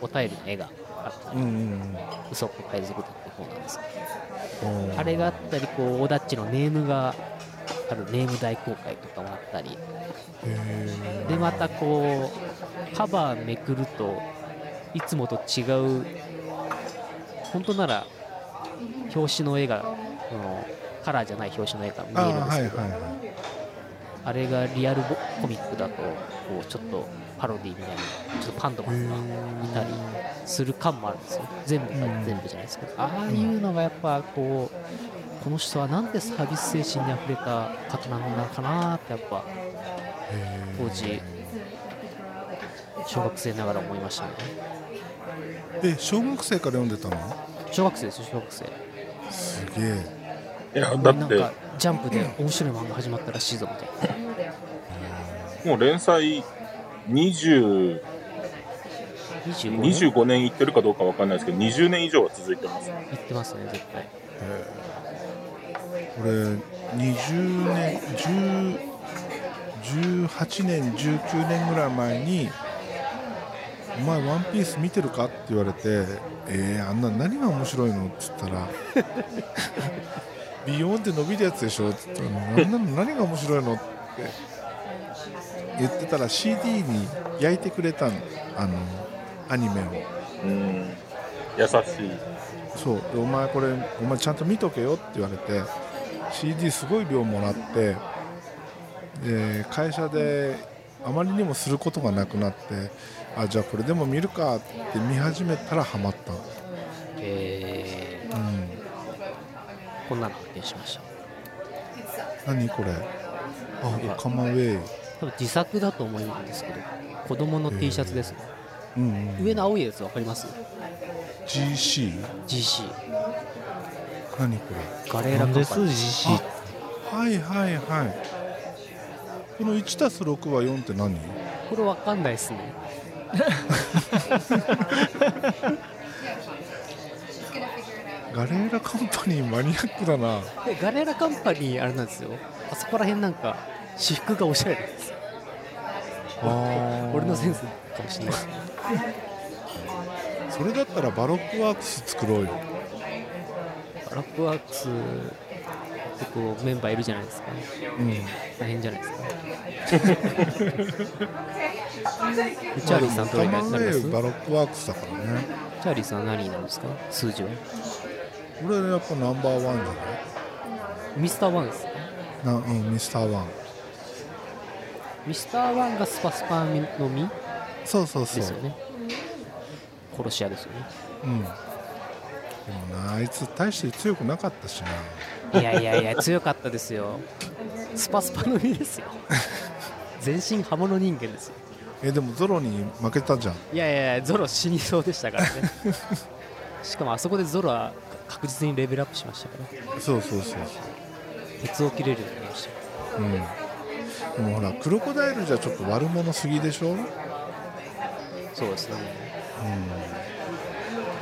S2: お便りの絵があった
S1: う
S2: り
S1: んうん
S2: 「嘘っこ海賊団」ってコーナーですけど
S1: うん
S2: あれがあったりこうオダッチのネームがあるネーム大公開とかもあったり
S1: へ
S2: でまたこうカバーめくるといつもと違う本当なら表紙の絵がそのカラーじゃない表紙の絵が見
S1: ーあ
S2: える
S1: ー
S2: んです
S1: はいは
S2: け
S1: い
S2: ど
S1: はい
S2: あれがリアルボコミックだとこうちょっとパロディみたいなちょっとパンドマンがいたりする感もあるんですよ全部が
S1: うん
S2: 全部じゃないですけどああいうのがやっぱこうこの人はなんてサービス精神にあふれた方なのかなってやっぱ
S1: へ
S2: 当時小学生ながら思いましたね
S1: ーで小学生から読んでたの
S2: 小学生ですよ小学生
S1: すげえ
S3: いやだ
S2: 俺な
S3: っ
S2: んか
S3: て
S2: ジャンプで面白い漫画始まったらしいぞみたいな
S3: もう連載20 *laughs*
S2: 25年行
S3: 25年いってるかどうかわかんないですけど20年以上は続いてます。
S2: ってますね絶対
S1: 俺20年10 18年19年ぐらい前に「お前ワンピース見てるか?」って言われて「えー、あんな何が面白いの?」っつったら *laughs* 「ビヨーンって伸びるやつでしょ」っつったら「あんなの何が面白いの?」って言ってたら CD に焼いてくれたのあのアニメを。
S3: うん優しい。
S1: そうでお前これお前ちゃんと見とけよって言われて CD すごい量もらってで会社であまりにもすることがなくなってあじゃあこれでも見るかって見始めたらハマった、う
S2: え
S1: ん、
S2: ー、こんなの発見しました
S1: 何これあオカマウェイ、
S2: 多分自作だと思うんですけど子供の T シャツです、
S1: うんうん、
S2: 上の青いやつ分かります
S1: GC
S2: ?GC
S1: 何これ
S2: ガレー
S4: な
S2: ラ
S4: ん
S2: カ
S4: で
S2: ン
S4: す
S2: パニー
S4: GC って
S1: あはいはいはいこの 1+6 は4って何
S2: これ分かんないですね
S1: ガレーラカンパニーマニアックだな
S2: でガレーラカンパニーあれなんですよあそこら辺なんか私服がおしゃれなんですよ
S1: *laughs* あ
S2: 俺のセンスかもしれないですね
S1: それだったらバロックワークス作ろうよ
S2: バラックワークス結構メンバーいるじゃないですか
S1: うん
S2: 大変じゃない *laughs* ですかチャーリーさんと
S1: ま
S2: か
S1: あ
S2: に
S1: でも
S2: なりますチ
S1: バロックワークスだからね
S2: ャーリーさんは何になるんですか数字は
S1: 俺はやっぱナンバーワンじゃ
S2: ミスターワンですね
S1: ないな、うん、ミスターワン
S2: ミスターワンがスパスパの実
S1: そうそうそう
S2: ですよね殺し屋ですよね
S1: うんでもなあいつ大して強くなかったしない
S2: やいや *laughs* いや強かったですよスパスパの実ですよ全身刃物人間ですよ
S1: えでもゾロに負けたじゃん
S2: いやいやいやゾロ死にそうで *laughs* したからねしかもあそこでゾロは確実にレベルアップしましたから
S1: そうそうそうそ
S2: 鉄を切れるようになりました
S1: ううんでもほらクロコダイルじゃちょっと悪者すぎでしょ
S2: そうですね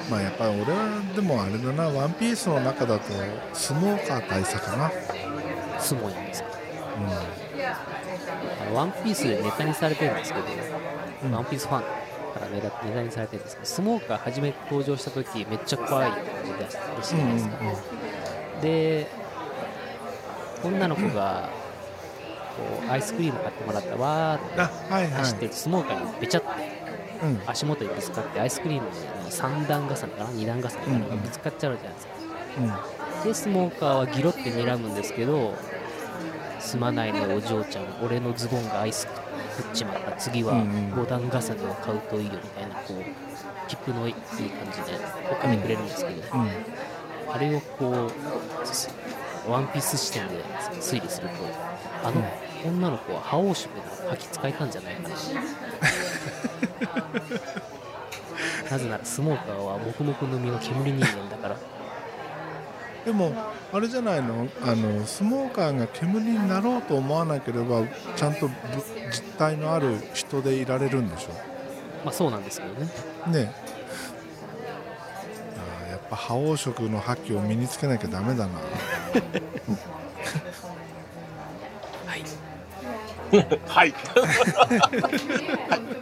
S1: まあやっぱり俺はでもあれだなワンピースの中だとスモーカー大佐かな
S2: スモインですか
S1: う
S2: あのワンピースでネタにされてるんですけど、
S1: うん
S2: ワンピースファンからネタネタにされてるんですけどスモーカー初め登場した時めっちゃ怖いって感じでしたじゃないですか、
S1: んうんうん
S2: で女の子がこうアイスクリーム買ってもらったわーって
S1: あはいは
S2: 走って
S1: い
S2: るとスモーカーにべちゃって
S1: うん
S2: 足元にぶつかってアイスクリームの3段重ねかな2段重ねかながぶつかっちゃうじゃないですかでスモーカーはギロって睨むんですけどすまないねお嬢ちゃん俺のズボンがアイス食っちまった次は
S1: うんうん
S2: 5段重ねを買うといいよみたいなこうキップのいい感じでお金くれるんですけど、
S1: うん
S2: あれをこうすワンピース視点で推理するとあの女の子は覇王色の履き使えたんじゃな
S1: *laughs*
S2: いかななぜならスモーカーは黙々の身の煙人間だから
S1: でもあれじゃないのあのスモーカーが煙になろうと思わなければちゃんとぶ実体のある人でいられるんでし
S2: まあそうなんですけどね
S1: ょねえあーやっぱ覇王色の覇気を身につけなきゃダメだな
S2: はい
S3: はい。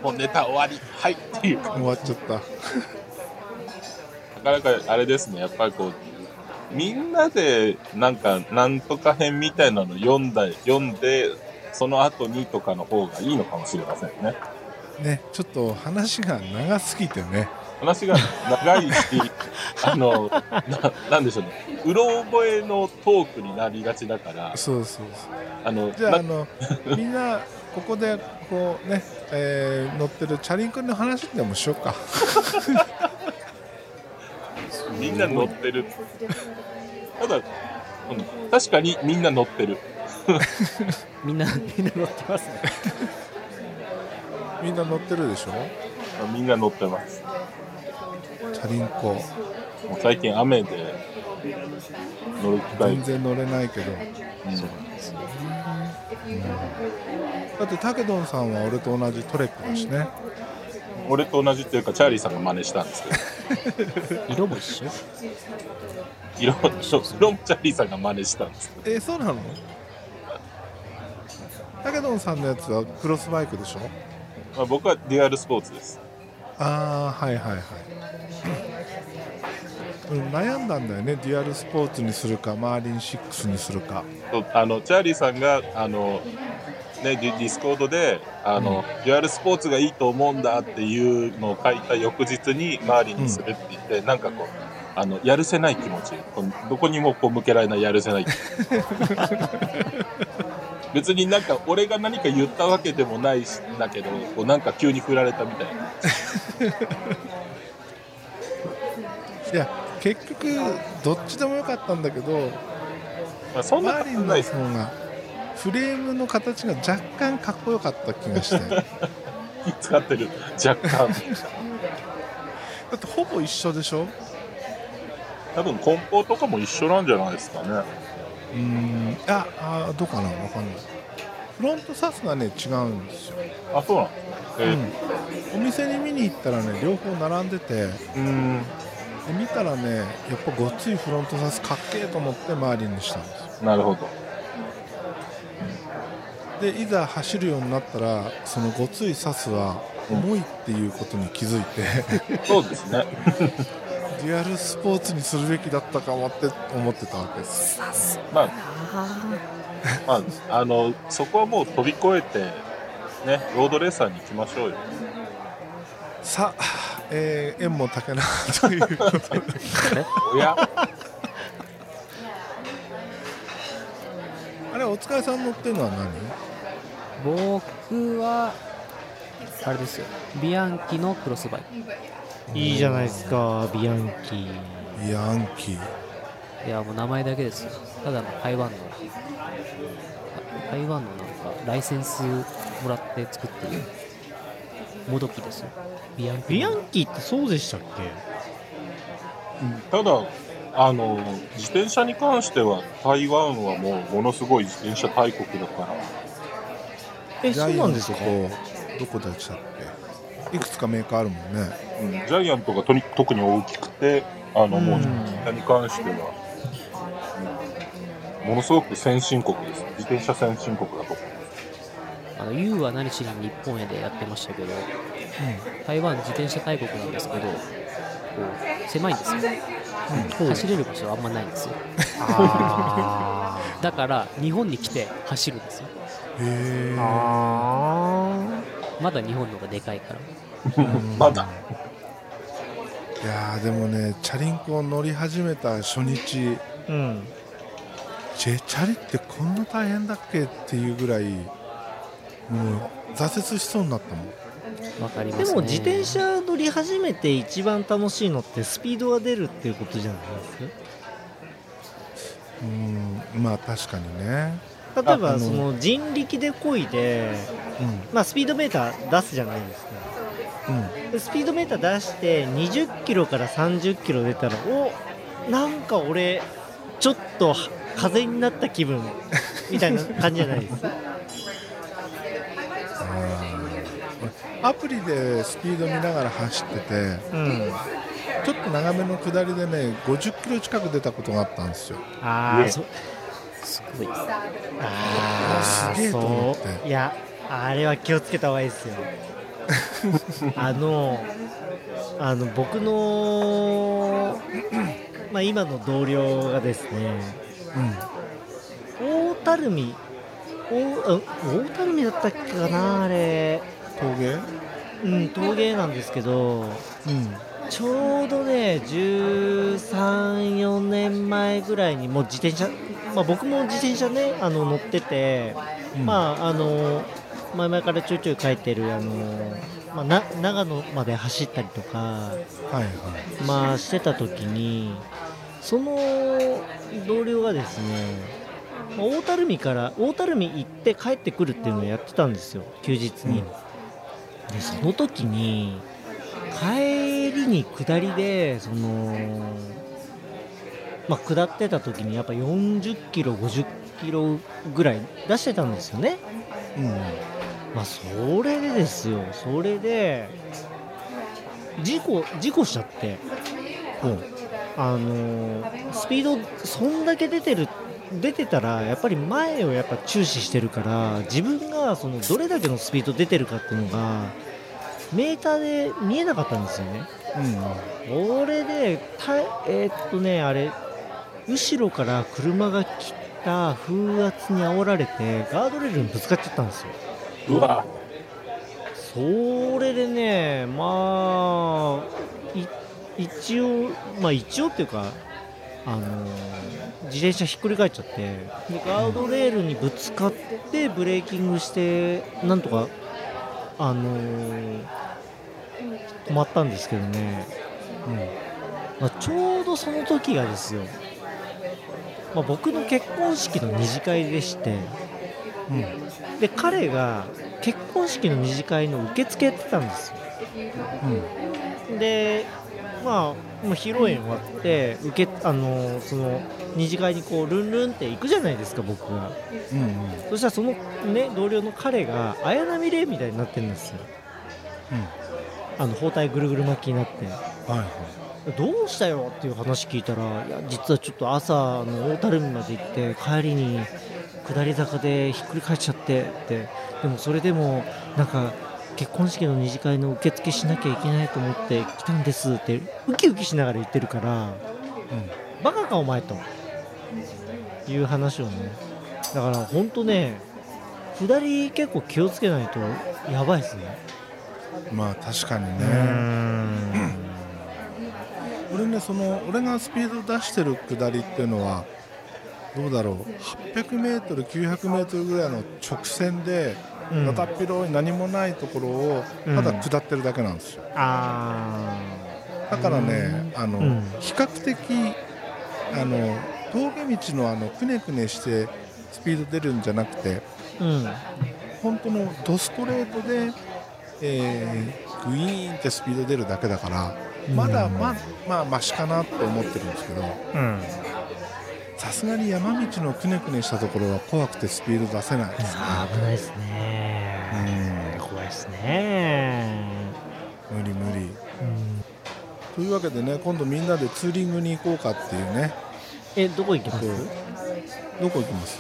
S3: もうネタ終わり。はい。っていう。
S1: 終わっちゃった
S3: なかなかあれですね。やっぱりこう、みんなで、なんか、なんとか編みたいなの読んだ、読んで、その後にとかの方がいいのかもしれませんね。
S1: ねちょっと話が長すぎてね
S3: 話が長 *laughs* いし、あの、ななんでしょうね。うろ覚えのトークになりがちだから、
S1: そうそうそう
S3: あの、
S1: じゃああ
S3: な
S1: のみんなここでこうね、えー乗ってるチャリンコの話でもしようか
S3: みんな乗ってる。ただ、うん確かにみんな乗ってる。
S2: みんなみんな乗ってますね
S1: みんな乗ってるでしょ
S3: みんな乗ってます。
S1: チャリンコ
S3: もう最近雨で乗る機会
S1: 全然乗れないけど、だってタケドンさんは俺と同じトレックだしね
S3: 俺と同じっていうかチャーリーさんが真似したんですけど
S2: *laughs* 色も一緒
S3: 色も色もチャーリーさんが真似したんですけど
S1: えーそうなのタケドンさんのやつはクロスバイクでしょ
S3: まあ、僕はデュアルスポーツです
S1: ああはいはいはいうん悩んだんだよねデュアルスポーツにするかマーリン6にするか
S3: とあのチャーリーさんがあのね、ディディスコードであの、デュアルスポーツがいいと思うんだっていうのを書いた翌日にマーリンにするって言って、なんかこうあのやるせない気持ちこのどこにもこう向けられないやるせない *laughs* 気持ち別になんか俺が何か言ったわけでもないしだけどこうなんか急に振られたみたいない
S1: や結局どっちでもよかったんだけど
S3: まあ、そん
S1: マ
S3: な
S1: ー
S3: こと
S1: リンの
S3: ないです
S1: 方がフレームの形が若干かっこよかった気がして *laughs* だ
S3: 使ってる若 *laughs* 干
S1: ってほぼ一緒でしょ
S3: 多分梱包とかも一緒なんじゃないですかね
S1: うーんああーどうかなわかんないフロントサスがね違うんですよ、
S3: あそうなんえー
S1: お店に見に行ったらね両方並んでてで
S3: うーん
S1: 見たらねやっぱごっついフロントサスかっけえと思ってマーリンにしたんですよ
S3: なるほど
S1: でいざ走るようになったらそのごっついサスは重いっていうことに気づいて、 *laughs*
S3: そうですね
S1: デュアルスポーツにするべきだったかもって思ってたわけです
S3: まあまああのそこはもう飛び越えてねロードレーサーに行きましょうよ
S1: さあ、えー、縁も竹なということで
S3: おや
S1: あれお疲れさん乗ってるのは何
S2: 僕はあれですよビアンキのクロスバイ
S4: いいじゃないですかビアンキ
S1: ヤンキー
S2: クいやもう名前だけですよただの台湾のあ台湾のなんかライセンスもらって作ってるもどきですよビアンキ
S4: ビアンキってそうでしたっ
S3: ただあの自転車に関しては台湾はもうものすごい自転車大国だから
S4: けえそうなんですか
S1: ジャイアンツとどこでしたっけいくつかメーカーあるもんね
S3: うんジャイアントがとに特に大きくてあのもう
S4: うん
S3: 自転車に関しては、うんものすごく先進国です自転車先進国だと思
S2: あの U は何しに日本へでやってましたけど、台湾自転車大国なんですけどこう狭いんですよ、走れる場所はあんまないん
S4: *laughs*
S2: ですよ
S4: あ
S2: だから日本に来て走るんですよ
S1: へー
S4: ーあ
S2: まだ日本の方がでかいから
S4: ー
S3: まだ
S1: いやーでもねチャリンコを乗り始めた初日
S4: うん
S1: チェチャリってこんな大変だっけっていうぐらいもう挫折しそうになったもん
S2: わかります
S4: で
S2: ね
S4: も自転車乗り始めて一番楽しいのってスピードが出るっていうことじゃないです
S1: うんまあ確かにね、
S4: か例え
S1: ああ
S4: ば
S1: の
S4: その人力で漕いで、
S1: う
S4: まあ、スピードメーター出すじゃないですか
S1: ん
S4: でスピードメーター出して20キロから30キロ出たらおなんか俺ちょっとは風になった気分みたいな感じじゃないですか
S1: うん、アプリでスピード見ながら走ってて
S4: うん
S1: ちょっと長めの下りでね50キロ近く出たことがあったんですよ
S4: あーそ
S2: すごい
S4: あー
S1: すげえと思って
S4: そういやあれは気をつけた方がい
S1: *laughs*
S4: いですよあのあの僕のまあ今の同僚がですね大垂水大あ大垂水だったっけかなあれ
S1: 峠
S4: うん陶芸なんですけど
S1: うん
S4: ちょうどね134年前ぐらいにもう自転車、まあ、僕も自転車ねあの乗ってて、まああの前々からちょいちょい書いてるあの、まあ、な長野まで走ったりとか、
S1: はいはい
S4: まあ、してた時にその同僚がですねまあ大垂水から大垂水行って帰ってくるっていうのをやってたんですよ休日に、
S1: うん
S4: でその時に帰りに下りでそのまあ下ってた時にやっぱ40キロ50キロぐらい出してたんですよね
S1: うん
S4: まあそれでですよそれで事故事故しちゃってあのースピードそんだけ出てる出てたらやっぱり前をやっぱ注視してるから自分がそのどれだけのスピード出てるかっていうのがメーターで見えなかったんですよねこれでたえーっとねあれ後ろから車が来た風圧に煽られてガードレールにぶつかっちゃったんですよ
S3: うわ
S4: それでね、まあ、い一応、まあ一応っていうか、あのー自転車ひっくり返っちゃって、でガードレールにぶつかって、ブレーキングして、なんとか、あのー止まったんですけどね、まあ、ちょうどその時がですよ、まあ、僕の結婚式の二次会でして、
S1: うんうん
S4: で彼が結婚式の二次会の受付やってたんです
S1: う
S4: よでまあもう披露宴終わって受けあのその二次会にこうルンルンって行くじゃないですか僕が
S1: んうんうん
S4: そしたらそのね同僚の彼が綾波レイみたいになってるんですよあの包帯ぐるぐる巻きになって
S1: はいはい
S4: どうしたよっていう話聞いたらいや実はちょっと朝あの大樽海まで行って帰りに下り坂でひっくり返っちゃってってでもそれでもなんか結婚式の二次会の受付しなきゃいけないと思って来たんですってウキウキしながら言ってるからバカかお前という話をねだから本当ね下り結構気をつけないとやばいですね
S1: うんまあ確かに
S4: う
S1: ね
S4: ん
S1: 俺ねその俺がスピード出してる下りっていうのはどうだろう 800m900m ぐらいの直線で
S4: うん
S1: ガタっぴろい何もないところを
S4: うん
S1: ただ下ってるだけなんですよ
S4: あ
S1: だからねあの、
S4: うん
S1: 比較的あの峠道のあのくねくねしてスピード出るんじゃなくて
S4: ーうん
S1: 本当のドストレートで、えーグイーンってスピード出るだけだからまだままあマシかなと思ってるんですけど
S4: うん
S1: さすがに山道のくねくねしたところは怖くてスピード出せないですね
S4: あー危ないですね怖いですね
S1: うん無理無理というわけでね今度みんなでツーリングに行こうかっていうね
S4: えどこ行きま
S1: こ
S4: す
S1: うどこ行きます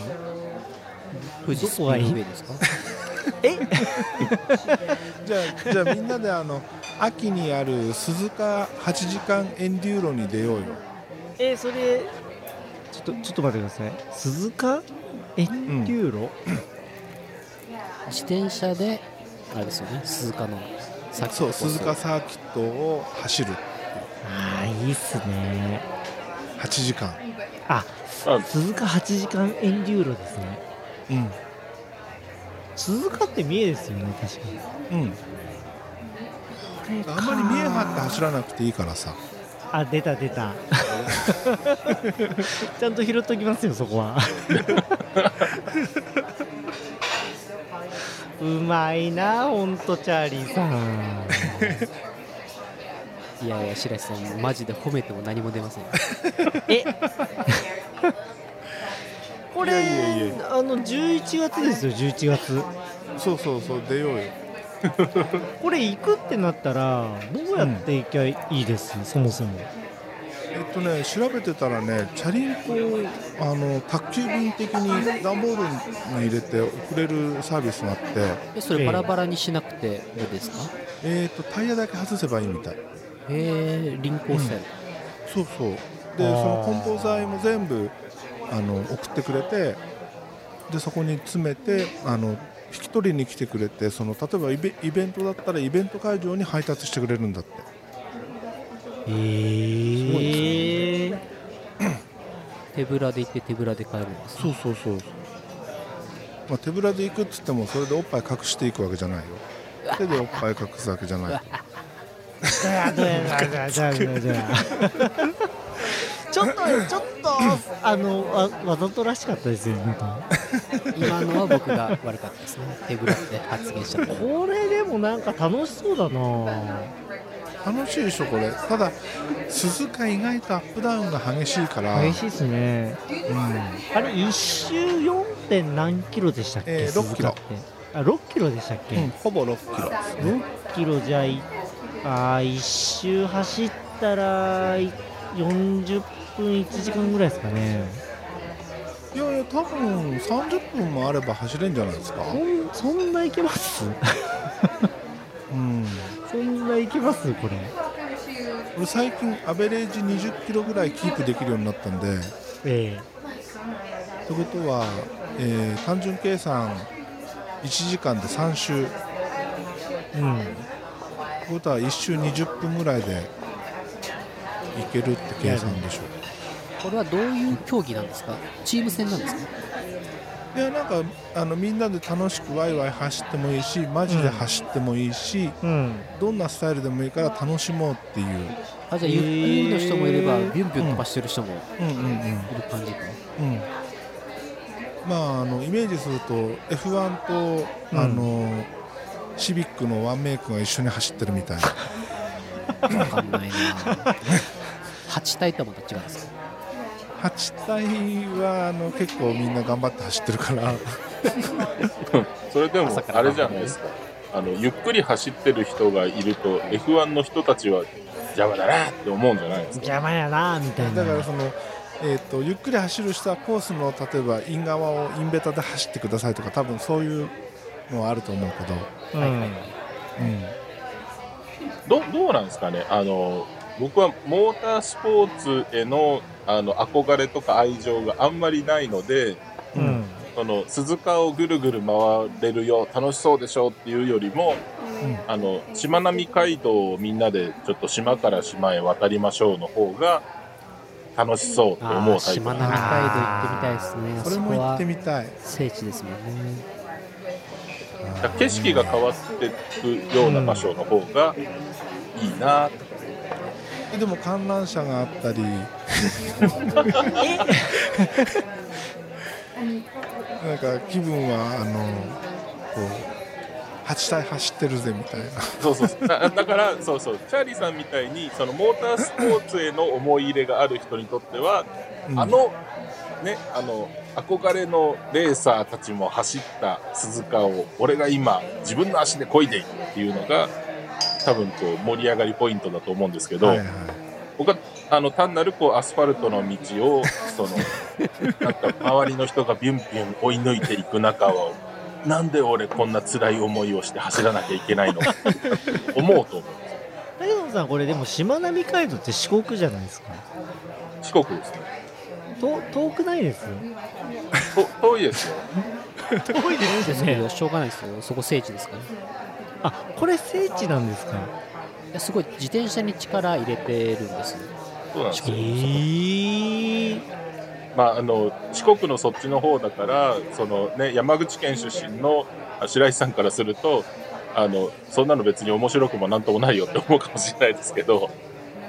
S5: 富士スピードウェイですか
S4: え
S1: *laughs* じゃあじゃあみんなであの秋にある鈴鹿8時間エンデューロに出ようよ
S4: えそれちょっとちょっと待ってください鈴鹿エンデューロ、
S2: 自転車であれですよね鈴鹿の先
S1: そう鈴鹿サーキットを走る
S4: ああいいっすね
S1: 8時間
S4: あ
S3: あ
S4: 鈴鹿8時間エンデューロですね
S1: うん
S4: 鈴鹿って三重ですよね確かに
S1: うんあんまり見え張って走らなくていいからさ
S4: あ出た出た *laughs* ちゃんと拾っときますよそこは *laughs* うまいなほんとチャーリーさん
S2: いやいや白石さんマジで褒めても何も出ません
S4: え *laughs* これ
S1: いやいやい
S4: あの11月ですよ11月
S1: そうそうそう出ようよ
S4: これ行くってなったらどうやって行きゃいいです、そもそも
S1: えっとね調べてたらねチャリンコをあの宅急便的に段ボールに入れて送れるサービスがあって
S2: えそれバラバラにしなくてどうですか
S1: えっとタイヤだけ外せばいいみたい
S2: へえ輪行線、
S1: そうそうでその梱包材も全部あの送ってくれてでそこに詰めてあの引き取りに来てくれてその例えばイベイベントだったらイベント会場に配達してくれるんだって
S4: えー、
S2: ごい手ぶらで行って手ぶらで帰るん
S1: *laughs*
S2: です
S1: そうそうそう、まあ、手ぶらで行くっつってもそれでおっぱい隠していくわけじゃないよ手でおっぱい隠すわけじゃない
S4: だやだやだやだやだやちょっとちょっとあのわわざとらしかったですよなんか
S2: 今のは僕が悪かったですね手ぶらで発言しちゃった
S4: これでもなんか楽しそうだな
S1: 楽しいでしょこれただ鈴鹿意外とアップダウンが激しいから、
S4: 激しいですねあれ一周 4. 点何キロでしたっけ、
S1: えー
S4: 鈴鹿ってあ6キロでしたっけ、
S1: うん、ほぼ6キロですね
S4: 6キロじゃいあー一周走ったらい40分1時間ぐらいですかね
S1: いやいや多分30分もあれば走れんじゃないですか
S4: そんそんないけます
S1: うん
S4: そんないけますこれ
S1: 俺最近アベレージ20キロぐらいキープできるようになったんでっ
S4: え
S1: てことは、えー単純計算1時間で3周って
S4: えうん
S1: ことは1周20分ぐらいでいけるって計算でしょ
S2: これはどういう競技なんですかチーム戦なんですか
S1: いやなんかあのみんなで楽しくワイワイ走ってもいいしマジで走ってもいいし、
S4: うん
S1: どんなスタイルでもいいから楽しもうっていう、
S2: あじゃあゆっくりの人もいれば
S4: へー
S2: ビュンビュン飛ばしてる人もい
S1: うんうんうん、
S2: る感じか
S1: うん、まああのイメージすると F1 と、
S4: うん
S1: あのシビックのワンメイクが一緒に走ってるみたいな
S2: わかんないな8体とはまた違うんですか
S1: 8体はあの結構みんな頑張って走ってるから
S3: それでも
S2: 朝から
S3: あれじゃないですかあのゆっくり走ってる人がいると F1 の人たちは邪魔だなって思うんじゃないですか
S4: 邪魔やなみたいな
S1: だからその、えー、とゆっくり走る人はコースの例えばイン側をインベタで走ってくださいとか多分そういうのはあると思うけど、
S4: うん
S2: はいはいはい
S1: うん、
S3: どどうなんですかねあの僕はモータースポーツへのあの憧れとか愛情があんまりないので
S4: うん
S3: その鈴鹿をぐるぐる回れるよ楽しそうでしょっていうよりも、
S1: ん
S3: あのしまなみ海道をみんなでちょっと島から島へ渡りましょうの方が楽しそうって
S2: あ
S3: 思
S2: ー
S3: うタイプ
S2: しまなみ海道行ってみたいですね
S1: それも
S2: あこ
S1: 行
S2: は
S1: ってみたい
S2: 聖地ですもんね
S3: だから景色が変わっていくような場所の方がいいな、
S1: でも観覧車があったりなんか気分はあのこう8体走ってるぜみたいな
S3: そうそ
S1: *laughs*
S3: うそうだだからそうそうチャーリーさんみたいにそのモータースポーツへの思い入れがある人にとっては、
S1: うん
S3: あのねあの憧れのレーサーたちも走った鈴鹿を俺が今自分の足で漕いでいるっていうのが多分こう盛り上がりポイントだと思うんですけど、
S1: はいはい
S3: 僕はあの単なるこうアスファルトの道をそのなんか周りの人がビュンビュン追い抜いていく中をなんで俺こんな辛い思いをして走らなきゃいけないの思うと思う
S4: 竹野さんこれでもしまなみ海道って四国じゃないですか
S3: 四国ですね
S4: と遠くないです
S3: と遠いですよ
S4: 遠いです
S2: ですけどしょうがないですよそこ聖地ですから、ね、
S4: あこれ聖地なんですか
S2: いやすごい自転車に力入れてるんですね
S3: そうなんですよ
S4: えー、
S3: まあ、あの四国のそっちの方だからその、ね、山口県出身のあ白石さんからするとあのそんなの別に面白くもなんともないよって思うかもしれないですけど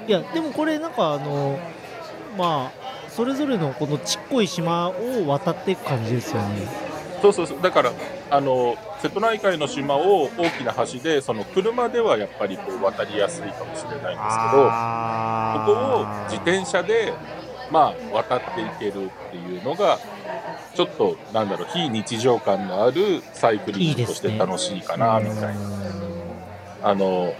S4: いやでもこれなんかあのまあそれぞれのこのちっこい島を渡っていく感じですよね
S3: そうそうそうだからあの瀬戸内海の島を大きな橋でその車ではやっぱりこう渡りやすいかもしれないんですけどここを自転車で、まあ、渡っていけるっていうのがちょっとなんだろう非日常感のあるサイクリングとして楽しいかなみたいな。あの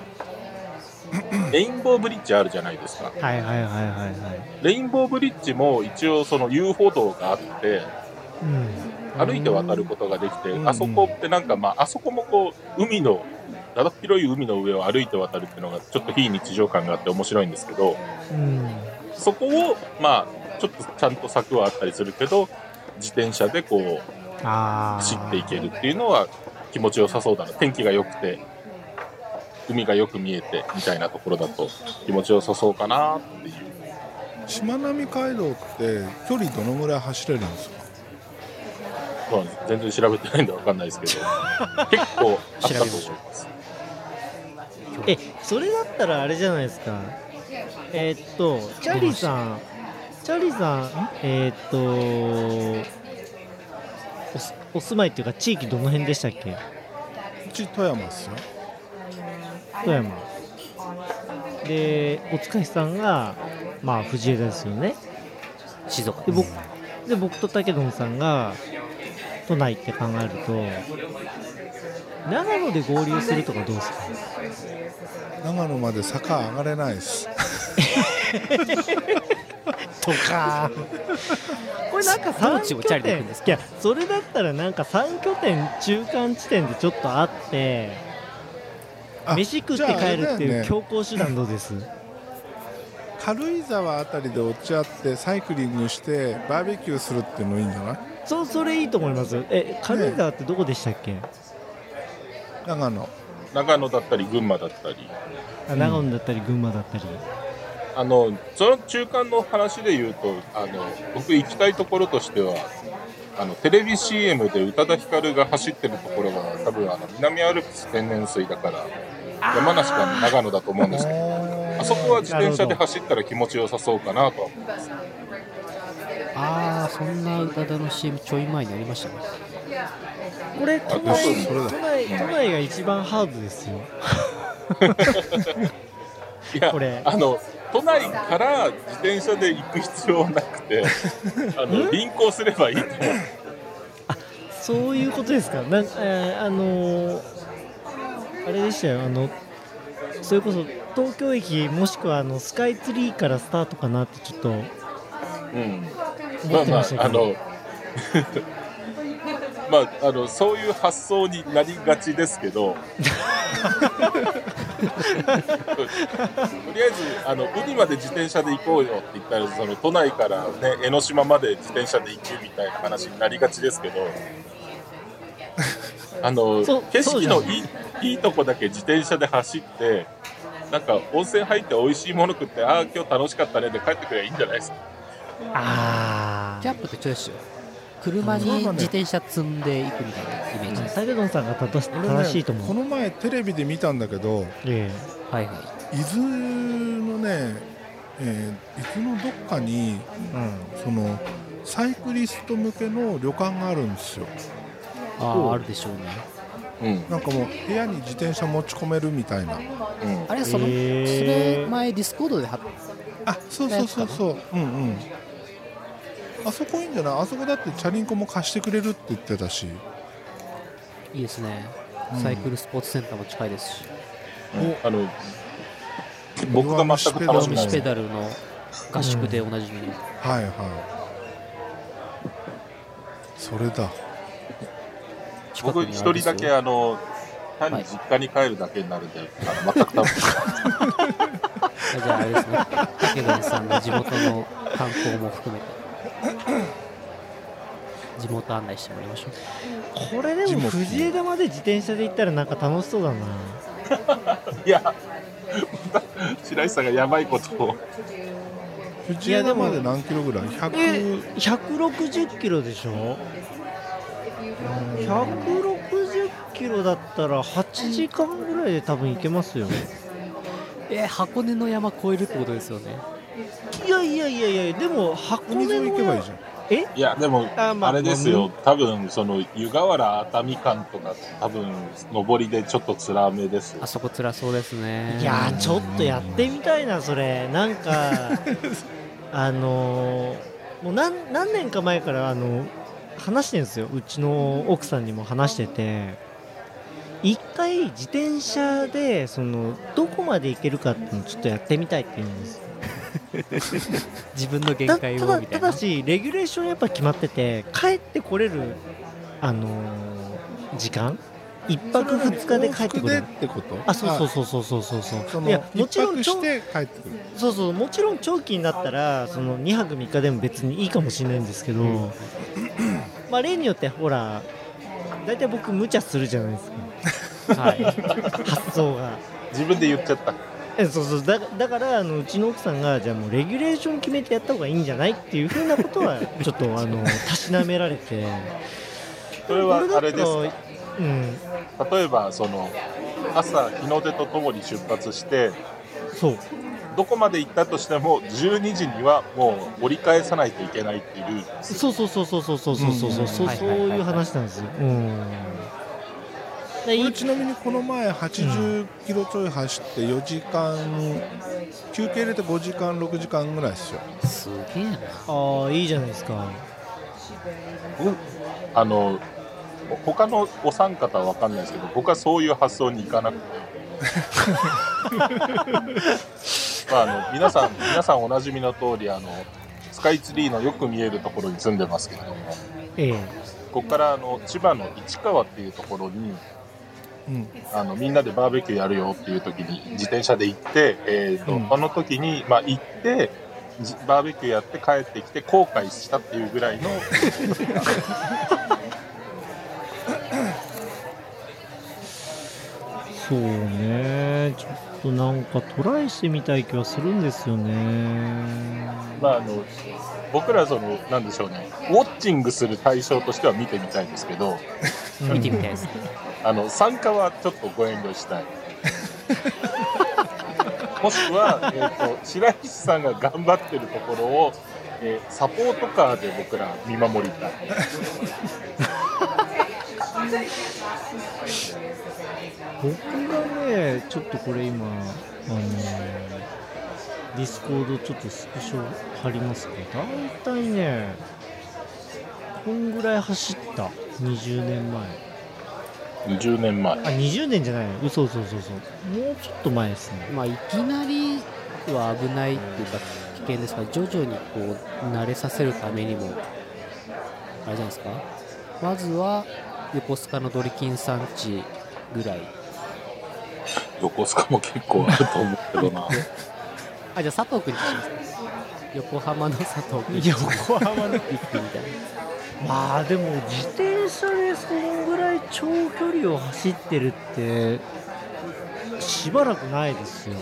S3: レインボーブリッジあるじゃないですか
S4: はいはいはいはいはい
S3: レインボーブリッジも一応その遊歩道があって
S4: うん
S3: 歩いて渡ることができて、
S4: うん
S3: あそこってなんかまああそこもこう海のだだっ広い海の上を歩いて渡るっていうのがちょっと非日常感があって面白いんですけど
S4: うん
S3: そこをまあちょっとちゃんと柵はあったりするけど自転車でこう
S4: ああ
S3: 走っていけるっていうのは気持ちよさそうだな天気が良くて海がよく見えてみたいなところだと気持ちよさそうかなっていう
S1: しまなみ海道って距離どのぐらい走れるんですか
S3: まあ全然調べてないんでわかんないですけど結構あったと思います
S4: えそれだったらあれじゃないですかえーっとチャリさんチャリさんえーっとおすお住まいっていうか地域どの辺でしたっけ
S1: うち富山ですよ
S4: 富山でお疲れさんがまあ藤枝ですよね
S2: 静岡
S4: で
S2: です
S4: 僕で僕と武どさんが都内って考えると長野で合流するとかどうですか
S1: 長野まで坂上がれないです
S4: とかこれなん
S2: ど
S4: か3
S2: っち
S4: 拠
S2: をチャリで行
S4: 点
S2: くん
S4: い
S2: ですか
S4: やそれだったらなんか3拠点中間地点でちょっとあって
S1: あ
S4: 飯食って帰るって
S1: じゃああれだ
S4: い
S1: よ
S4: う
S1: ね
S4: 強行手段どうです、
S1: 軽井沢あたりで落ち合ってサイクリングしてバーベキューするっていうのいいんじゃない
S4: そうそれいいと思いますえ軽井沢ってどこでしたっけ、
S1: 長野
S3: 長野だったり群馬だったり
S4: あ長野だったり群馬だったり、
S3: あのその中間の話で言うとあの僕行きたいところとしてはあのテレビ CM で宇多田ヒカルが走ってるところが多分あの南アルプス天然水だから山梨か長野だと思うんですけどあそこは自転車で走ったら気持ちよさそうかなとは思う
S2: ああそんな歌田の CM ちょい前にありましたね
S4: これ都
S1: あ
S4: 内
S1: そうそれだ
S4: 都内都内が一番ハードですよ
S3: いや
S4: これ
S3: あの都内から自転車で行く必要はなく
S4: *laughs*
S3: てあの輪行すればいいと思う
S4: そういうことですかなん、えーあのーあれでしたよあのそれこそ東京駅もしくはあのスカイツリーからスタートかなってちょっと
S3: うんま
S4: 思
S3: あ
S4: って
S3: ま
S4: ま
S3: あ
S4: した
S3: あ
S4: けど、
S3: のまああの *laughs* そういう発想になりがちですけど *laughs* とりあえずあの海まで自転車で行こうよって言ったらその都内から、ね、江ノ島まで自転車で行くみたいな話になりがちですけどあの
S4: *laughs* そう
S3: 景
S4: そう
S3: 色
S4: じゃな
S3: の
S4: い
S3: いいいいとこだけ自転車で走ってなんか温泉入って美味しいもの食ってああ今日楽しかったねで帰ってくればいいんじゃないですか
S4: あ
S2: キャンプって一緒ですよ車に自転車積んでいくみたいなイメージ
S4: あ
S2: です、
S4: タケドンさんが正し
S1: 俺ね
S4: 正しいと思
S1: こ
S4: う、
S1: の前テレビで見たんだけど
S4: え
S2: はいはい
S1: 伊豆のね、えー伊豆のどっかに
S4: えうん
S1: そのサイクリスト向けの旅館があるんですよ
S2: あああるでしょうね
S3: うん
S1: なんかもう部屋に自転車持ち込めるみたいな
S3: うん
S2: あれその、
S4: へー
S2: それ前ディスコードで貼っ
S1: あそうそうそうそううんうんあそこいいんじゃないあそこだってチャリンコも貸してくれるって言ってたし
S2: いいですね
S1: うん
S2: サイクルスポーツセンターも近いですし、
S3: あの僕が全く楽
S2: ド
S3: し
S2: ー
S3: く
S2: ム
S3: ない
S2: シペダルの合宿でおなじみの、
S1: はいはいそれだ
S2: 近くに
S3: 僕
S2: あります
S3: 一人だけ
S2: よ
S3: あの単に実家に帰るだけになるんで、あの全 *laughs* く多分
S2: じゃああれですね武田さんの地元の観光も含めて地元案内してもらいましょう
S4: これでも藤枝まで自転車で行ったらなんか楽しそうだな。
S3: いや白石さんがやばいことを
S1: 藤枝まで何キロぐらい100
S4: え、160キロでしょ ?160 キロだったら8時間ぐらいで多分行けますよ。
S2: えー箱根の山越えるってことですよね
S4: いやいやいやいや、でも箱
S1: 海
S4: 根
S1: 沿い
S4: の
S1: 行けばいいじゃん
S4: え
S3: いやでも
S4: あまあ
S3: あれですよ多分その湯河原熱海間とか多分上りでちょっと辛めですよ
S2: あそこ辛そうですね
S4: いやーちょっとやってみたいなそれなん
S2: *laughs*
S4: かあのーもう何何年か前からあの話してるんですようちの奥さんにも話してて一回自転車でそのどこまで行けるかっていうのをちょっとやってみたいって言うんです
S2: 自分の限
S4: た
S2: 界
S4: た
S2: を
S4: だ
S2: みた
S4: た
S2: いな
S4: だしレギュレーションやっぱ決まってて帰ってこれるあのー時間一泊二日で帰って
S1: 往
S4: くる
S1: 復でってこと
S4: あそうそうそうそうそうそうそう
S1: そ
S4: いや
S1: の
S4: もち
S1: 一
S4: ろん
S1: 泊
S4: ちょ
S1: して帰ってくる
S4: そうそうもちろん長期になったらその2泊3日でも別にいいかもしれないんですけど、
S2: うん
S4: まあ例によってほら大体僕無茶するじゃないですか
S2: はい
S4: 発想が
S3: 自分で言っちゃった
S4: えそうそうだだからあのうちの奥さんがじゃあもうレギュレーション決めてやった方がいいんじゃないっていうふうなことはちょっとあのたしなめられて
S3: それはあれです
S4: こだったらうん
S3: か例えばその朝日の出とともに出発して
S4: そう
S3: どこまで行ったとしても12時にはもう折り返さないといけないっていうルールです
S4: そうそうそうそうそうそうそうそうそうそう
S2: はいはいはいはい
S4: いう話なんですようんで
S1: 俺ちなみにこの前80キロちょい走って4時間休憩入れて5時間6時間ぐらいですよ
S2: すげえな
S4: ああいいじゃないですか
S3: あの他のお三方は分かんないですけど僕はそういう発想に行
S1: *laughs*
S3: かなくてまああの皆さん皆さんおなじみの通りあのスカイツリーのよく見えるところに住んでますけれども
S4: ええ
S3: ここからあの千葉の市川っていうところに
S1: うん
S3: あのみんなでバーベキューやるよっていう時に自転車で行って、えーと
S1: うん
S3: その時に、まあ、行ってじバーベキューやって帰ってきて後悔したっていうぐらいの
S4: そうねちょっとなんかトライしてみたい気はするんですよね
S3: まああの僕らそのなんでしょうねウォッチングする対象としては見てみたいんですけど
S4: うん
S2: 見てみたいですね
S3: あの参加はちょっとご遠慮したい。もしくは、えー、と白石さんが頑張ってるところを、えーサポートカーで僕ら見守りたい。
S4: 僕がねちょっとこれ今あのディスコードちょっとスクショ貼りますけど大体ねこんぐらい走った20年前
S3: 20年前
S4: あ20年じゃない嘘嘘嘘嘘もうちょっと前ですね
S2: まあいきなりは危ないっていうか危険ですから徐々にこう慣れさせるためにもあれじゃないですかまずは横須賀のドリキンさん地ぐらい
S3: 横須賀も結構あると思うけ *laughs* どな
S2: あじゃあ佐藤君にします横浜の佐藤君
S4: 横浜の
S2: 行ってみたい
S4: まあでも自転車でそのぐらい長距離を走ってるってしばらくないですよ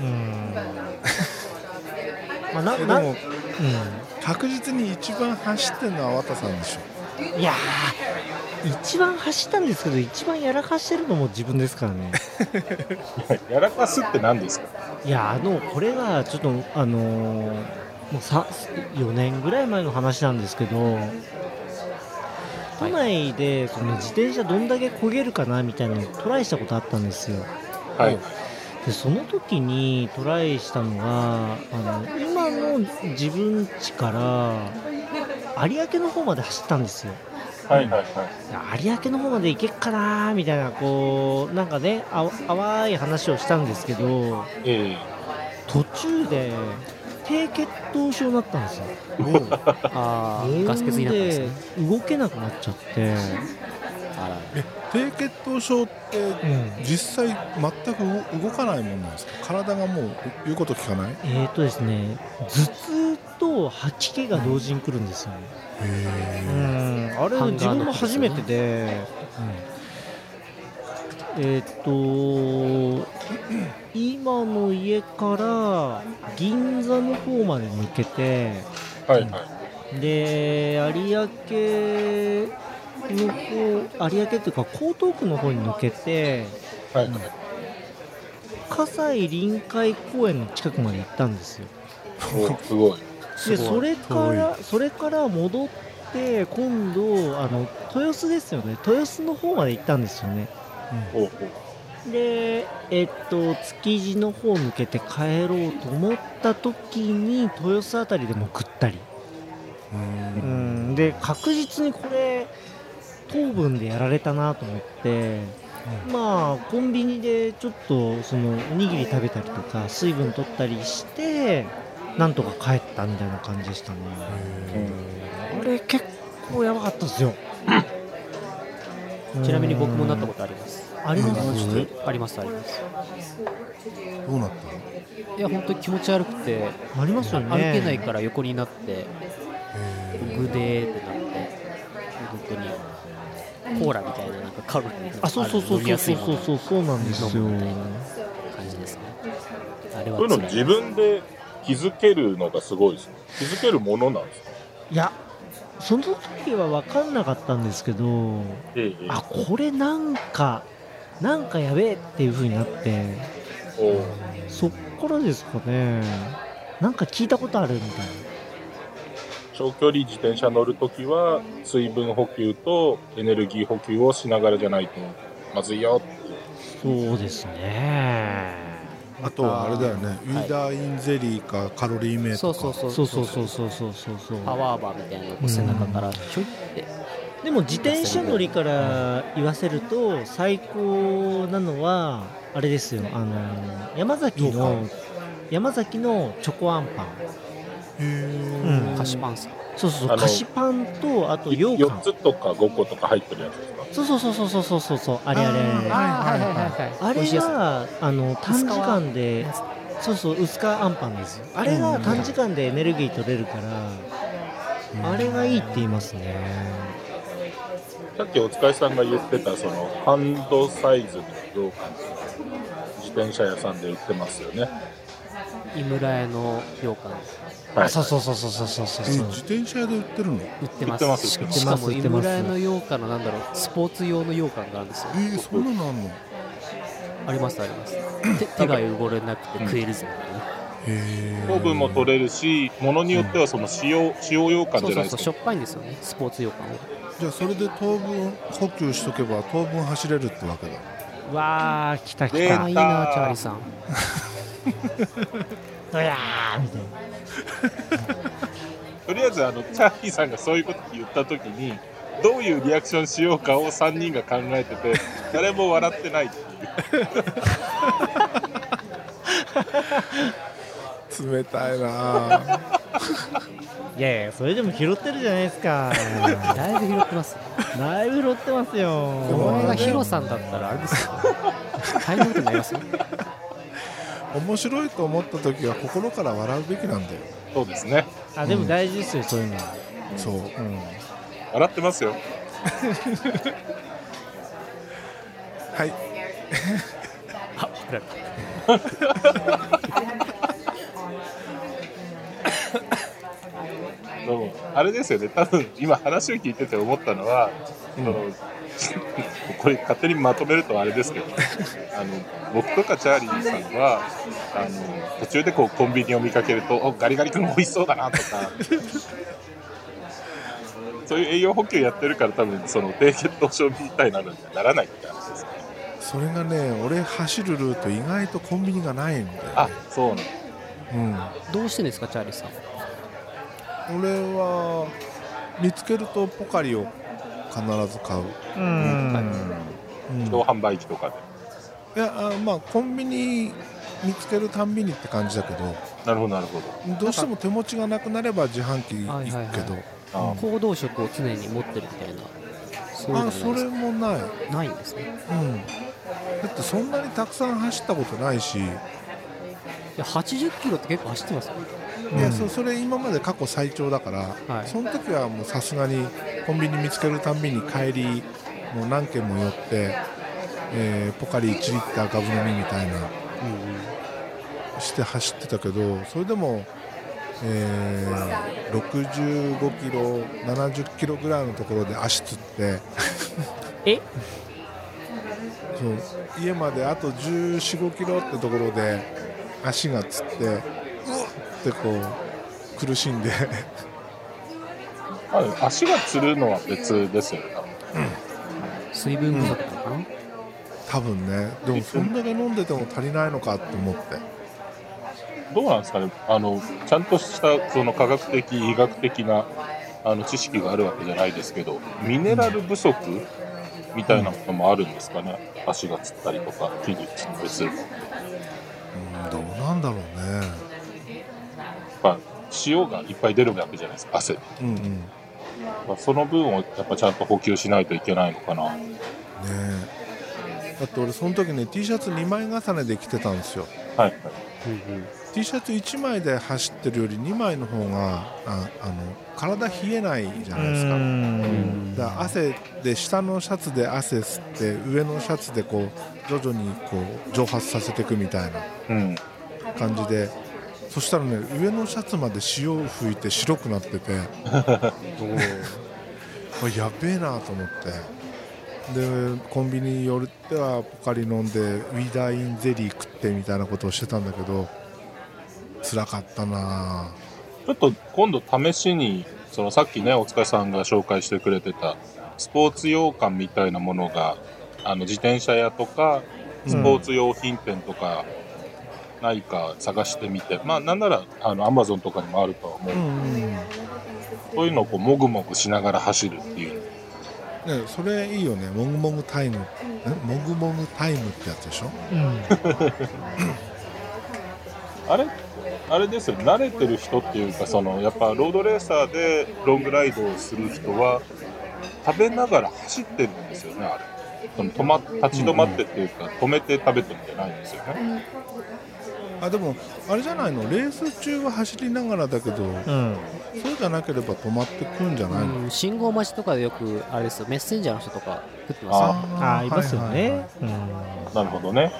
S4: うんまあな
S1: えで
S4: な
S1: も確実に一番走ってるのは綿さんでしょ
S4: うん、いやー一番走ったんですけど一番やらかしてるのも自分ですからね
S3: やらかすって何ですか
S4: いやあのこれがちょっとあのーもうさ4年ぐらい前の話なんですけど都内でその自転車どんだけ焦げるかなみたいなのをトライしたことあったんですよ
S3: はい
S4: でその時にトライしたのがあの今の自分家から有明の方まで走ったんですよ
S3: はいはいはい
S4: 有明の方まで行けっかなーみたいなこうなんかねあ淡い話をしたんですけど
S3: え
S4: 途中で低血糖症になったんですよ
S2: ああガス欠になったんですね
S4: で動けなくなっちゃって
S2: あから
S1: え低血糖症って
S4: うん
S1: 実際全く動動かないもんなんですか体がもう言うこと聞かないへ
S4: えっ、とですね頭痛と吐き気が同時に来るんですよね、
S1: え
S4: あれ
S2: ハンガード
S4: 自分も初めてで、えーっと今の家から銀座の方まで抜けて
S3: はいは
S4: で有明の方有明っていうか江東区の方に抜けて
S3: い。はいはい。
S4: 葛西臨海公園の近くまで行ったんですよ
S3: おすごい。
S2: ごい
S4: ですそれからそれから戻って今度あの豊洲ですよね豊洲の方まで行ったんですよね
S3: おお。
S4: でえっと築地の方抜けて帰ろうと思った時に豊洲あたりでも食ったりうんで確実にこれ糖分でやられたなと思って、まあコンビニでちょっとそのおにぎり食べたりとか水分取ったりしてなんとか帰ったみたいな感じでしたねこれ結構やばかったですよ
S2: ちなみに僕もなったことあります
S4: とあります
S1: うん
S2: ありますあります
S1: どうなっ
S2: いや本当に気持ち悪くて
S4: ありますよね
S2: 歩けないから横になってグデーってなって本当にコーラみたいななんかカロリーの
S4: あそうそうそ
S2: 飲
S4: う
S2: み
S4: そう
S2: やす
S4: そ
S2: いうも
S4: そ
S2: の
S4: うそうなんですよ
S2: 感じですねあれは
S3: そういうの
S2: 辛
S3: 自分で気づけるのがすごいですね。気づけるものなんですか
S4: いやその時は分かんなかったんですけど
S3: ええ
S4: あこれなんかなんかやべえっていう風になって
S3: おお。
S4: そっからですかねなんか聞いたことあるみたい
S3: 長距離自転車乗るときは、水分補給とエネルギー補給をしながらじゃないとまずいよっていう。
S4: なそうですね
S1: たあとはあれだよねウィーダーインゼリーかカロリーメイ
S2: そ
S1: ト
S2: うそう
S1: か
S2: そう
S4: そうそうそうそうそうそうそう
S2: パワーバーみたいなのをこう背中からひょいって
S4: でも自転車乗りから言わせると最高なのはあれですよあの山崎の山崎のチョコあんパン
S1: へえ
S4: うん
S2: 菓子パンさん
S4: そうそう
S3: あ
S4: そう
S3: の
S4: 菓子パンとあと羊
S3: 4
S4: 羹
S3: つとか5個とか入ってるやつですか
S4: そうそうそうそうそうそうそうあれあれあれ
S1: はいはいはい
S2: い
S4: あ
S2: 美
S4: れ
S2: 味しいやつ
S4: があの短時間で
S2: 薄
S4: そうそう薄皮あんパンですよあれが短時間でエネルギー取れるから、あれがいいって言いますね
S3: さっきお疲れさんが言ってたそのハンドサイズの羊羹自転車屋さんで売ってますよね。
S2: 井村屋の羊羹
S3: はい。
S4: そうそうそうそうそうそうそう
S1: え自転車屋で売ってるのえ
S2: 売ってま
S3: 売ってますす
S2: し
S3: 売ってます
S2: しかも
S4: 売っ
S2: 井
S4: てます
S2: 村屋の羊羹のなんだろうスポーツ用の羊羹があるんですよ
S1: ー、そんなのあんのへ
S2: ありますあります手手が汚れなくて食えるぞみたいな
S1: え
S3: 糖分も取れるし、ものによってはその塩、塩羊羹
S2: そ
S3: じ
S2: う
S3: ゃ
S2: そ
S3: な
S2: う
S3: い
S2: そう
S3: で
S2: し
S3: す
S2: ょ
S3: か
S2: っ。ぱいんですよねスポーツ羊羹は
S1: じゃあそれで糖分補給しとけば糖分走れるってわけだ
S4: うわー来た来
S3: で
S4: た
S2: あいいなチャーリーさん
S4: うやーみたいな
S3: とりあえずあのチャーリーさんがそういうこと言った時にどういうリアクションしようかを3人が考えてて誰も笑ってないっていう
S1: 冷たいなあ
S4: いやいやそれでも拾ってるじゃないですか
S2: だいぶ拾ってます
S4: だいぶ拾ってます
S1: で
S2: お
S1: も
S2: 前
S1: あ
S2: が
S4: よ
S1: れ
S2: ヒロさんだったらあれですよ大変なことになりますよ
S1: *laughs* 面白いと思った時は心から笑うべきなんだよ
S3: そうですね
S4: あでも大事ですよそういうの
S1: そう
S3: 笑ってますよ
S1: はい
S2: あ怒られ
S3: でもあれですよね多分今話を聞いてて思ったのは、そのこれ勝手にまとめるとあれですけどあの僕とかチャーリーさんはあの途中でこうコンビニを見かけるとおガリガリ君美味しそうだなとかそういう栄養補給やってるから多分その低血糖症みたいなのにはならないって話です
S1: それがね俺走るルート意外とコンビニがないんだよ、ね、
S3: あそうなの
S1: うん
S2: たどうしてんですかチャーリーさん
S1: 俺は見つけるとポカリを必ず買う、
S4: うん
S1: うん、い
S3: 自動販売機とかで
S1: やあまあコンビニ見つけるたんびにって感じだけど
S3: なるほどなるほど
S1: どうしても手持ちがなくなれば自販機行くけど、
S3: あ
S2: 行動食を常に持ってるみたいなそういう
S1: あ
S2: の
S1: それも
S2: も
S1: ない、うん、
S2: ないんですね
S1: だってそんなにたくさん走ったことないし、
S2: いや80キロって結構走ってますよ
S1: いや
S4: うん
S1: そそれ今まで過去最長だから、
S2: はい
S1: その時はもうさすがにコンビニ見つけるたんびに帰りもう何軒も寄って、えーポカリ1リッターガブ飲みみたいなして走ってたけどそれでも、えー65キロ70キロぐらいのところで足つって
S4: え
S1: そう家まであと1 4 5キロってところで足がつってうわっってこう苦しんで *laughs*
S3: まあ足がつるのは別ですよね。
S2: 水分不足とかな、
S1: 多分ねでもそんだけ飲んでても足りないのかと思って
S3: どうなんですかねあのちゃんとしたその科学的医学的なあの知識があるわけじゃないですけどミネラル不足みたいなこともあるんですかね足がつったりとか筋肉つったりする
S1: うんどうなんだろうね
S3: まあ塩がいっぱい出るわけじゃないですか汗、
S1: うんうんね
S3: まあ、その分をやっぱちゃんと補給しないといけないのかな
S1: えだって俺その時ね T シャツ2枚重ねで着てたんですよ
S3: はい
S1: T シャツ1枚で走ってるより2枚の方がああの体冷えないじゃないですか
S4: うん
S1: だから汗で下のシャツで汗吸って上のシャツでこう徐々にこう蒸発させていくみたいな
S3: うん
S1: 感じでそしたらね上のシャツまで塩を吹いて白くなって
S4: *laughs*
S1: てこれやべえなと思ってでコンビニ寄ってはポカリ飲んでウィダーインゼリー食ってみたいなことをしてたんだけど辛かったなあ
S3: ちょっと今度試しに、そのさっきね、お疲れさんが紹介してくれてた、スポーツ羊羹みたいなものが、あの、自転車屋とか、スポーツ用品店とか、ないか探してみて、まあ、なんなら、あの、アマゾンとかにもあるとは思う。
S1: うん
S3: そういうのをこう、もぐもぐしながら走るっていう。
S1: ね、それいいよねもぐもぐタイムえもぐもぐタイムってやつでしょ
S3: あれあれですよ、慣れてる人っていうか、その、やっぱロードレーサーでロングライドをする人は、食べながら走ってるんですよね、あれ。その止ま立ち止まってっていうか、止めて食べてるんじゃないんですよね。
S1: あでもあれじゃないのレース中は走りながらだけど、
S4: うん
S1: そうじゃなければ止まってくんじゃないの、
S2: うん信号待ちとかでよくあれですよメッセンジャーの人とか食ってますよ
S3: あ
S4: ああいますよ
S1: はいはい
S4: ね
S1: は
S3: あ、なるほどね。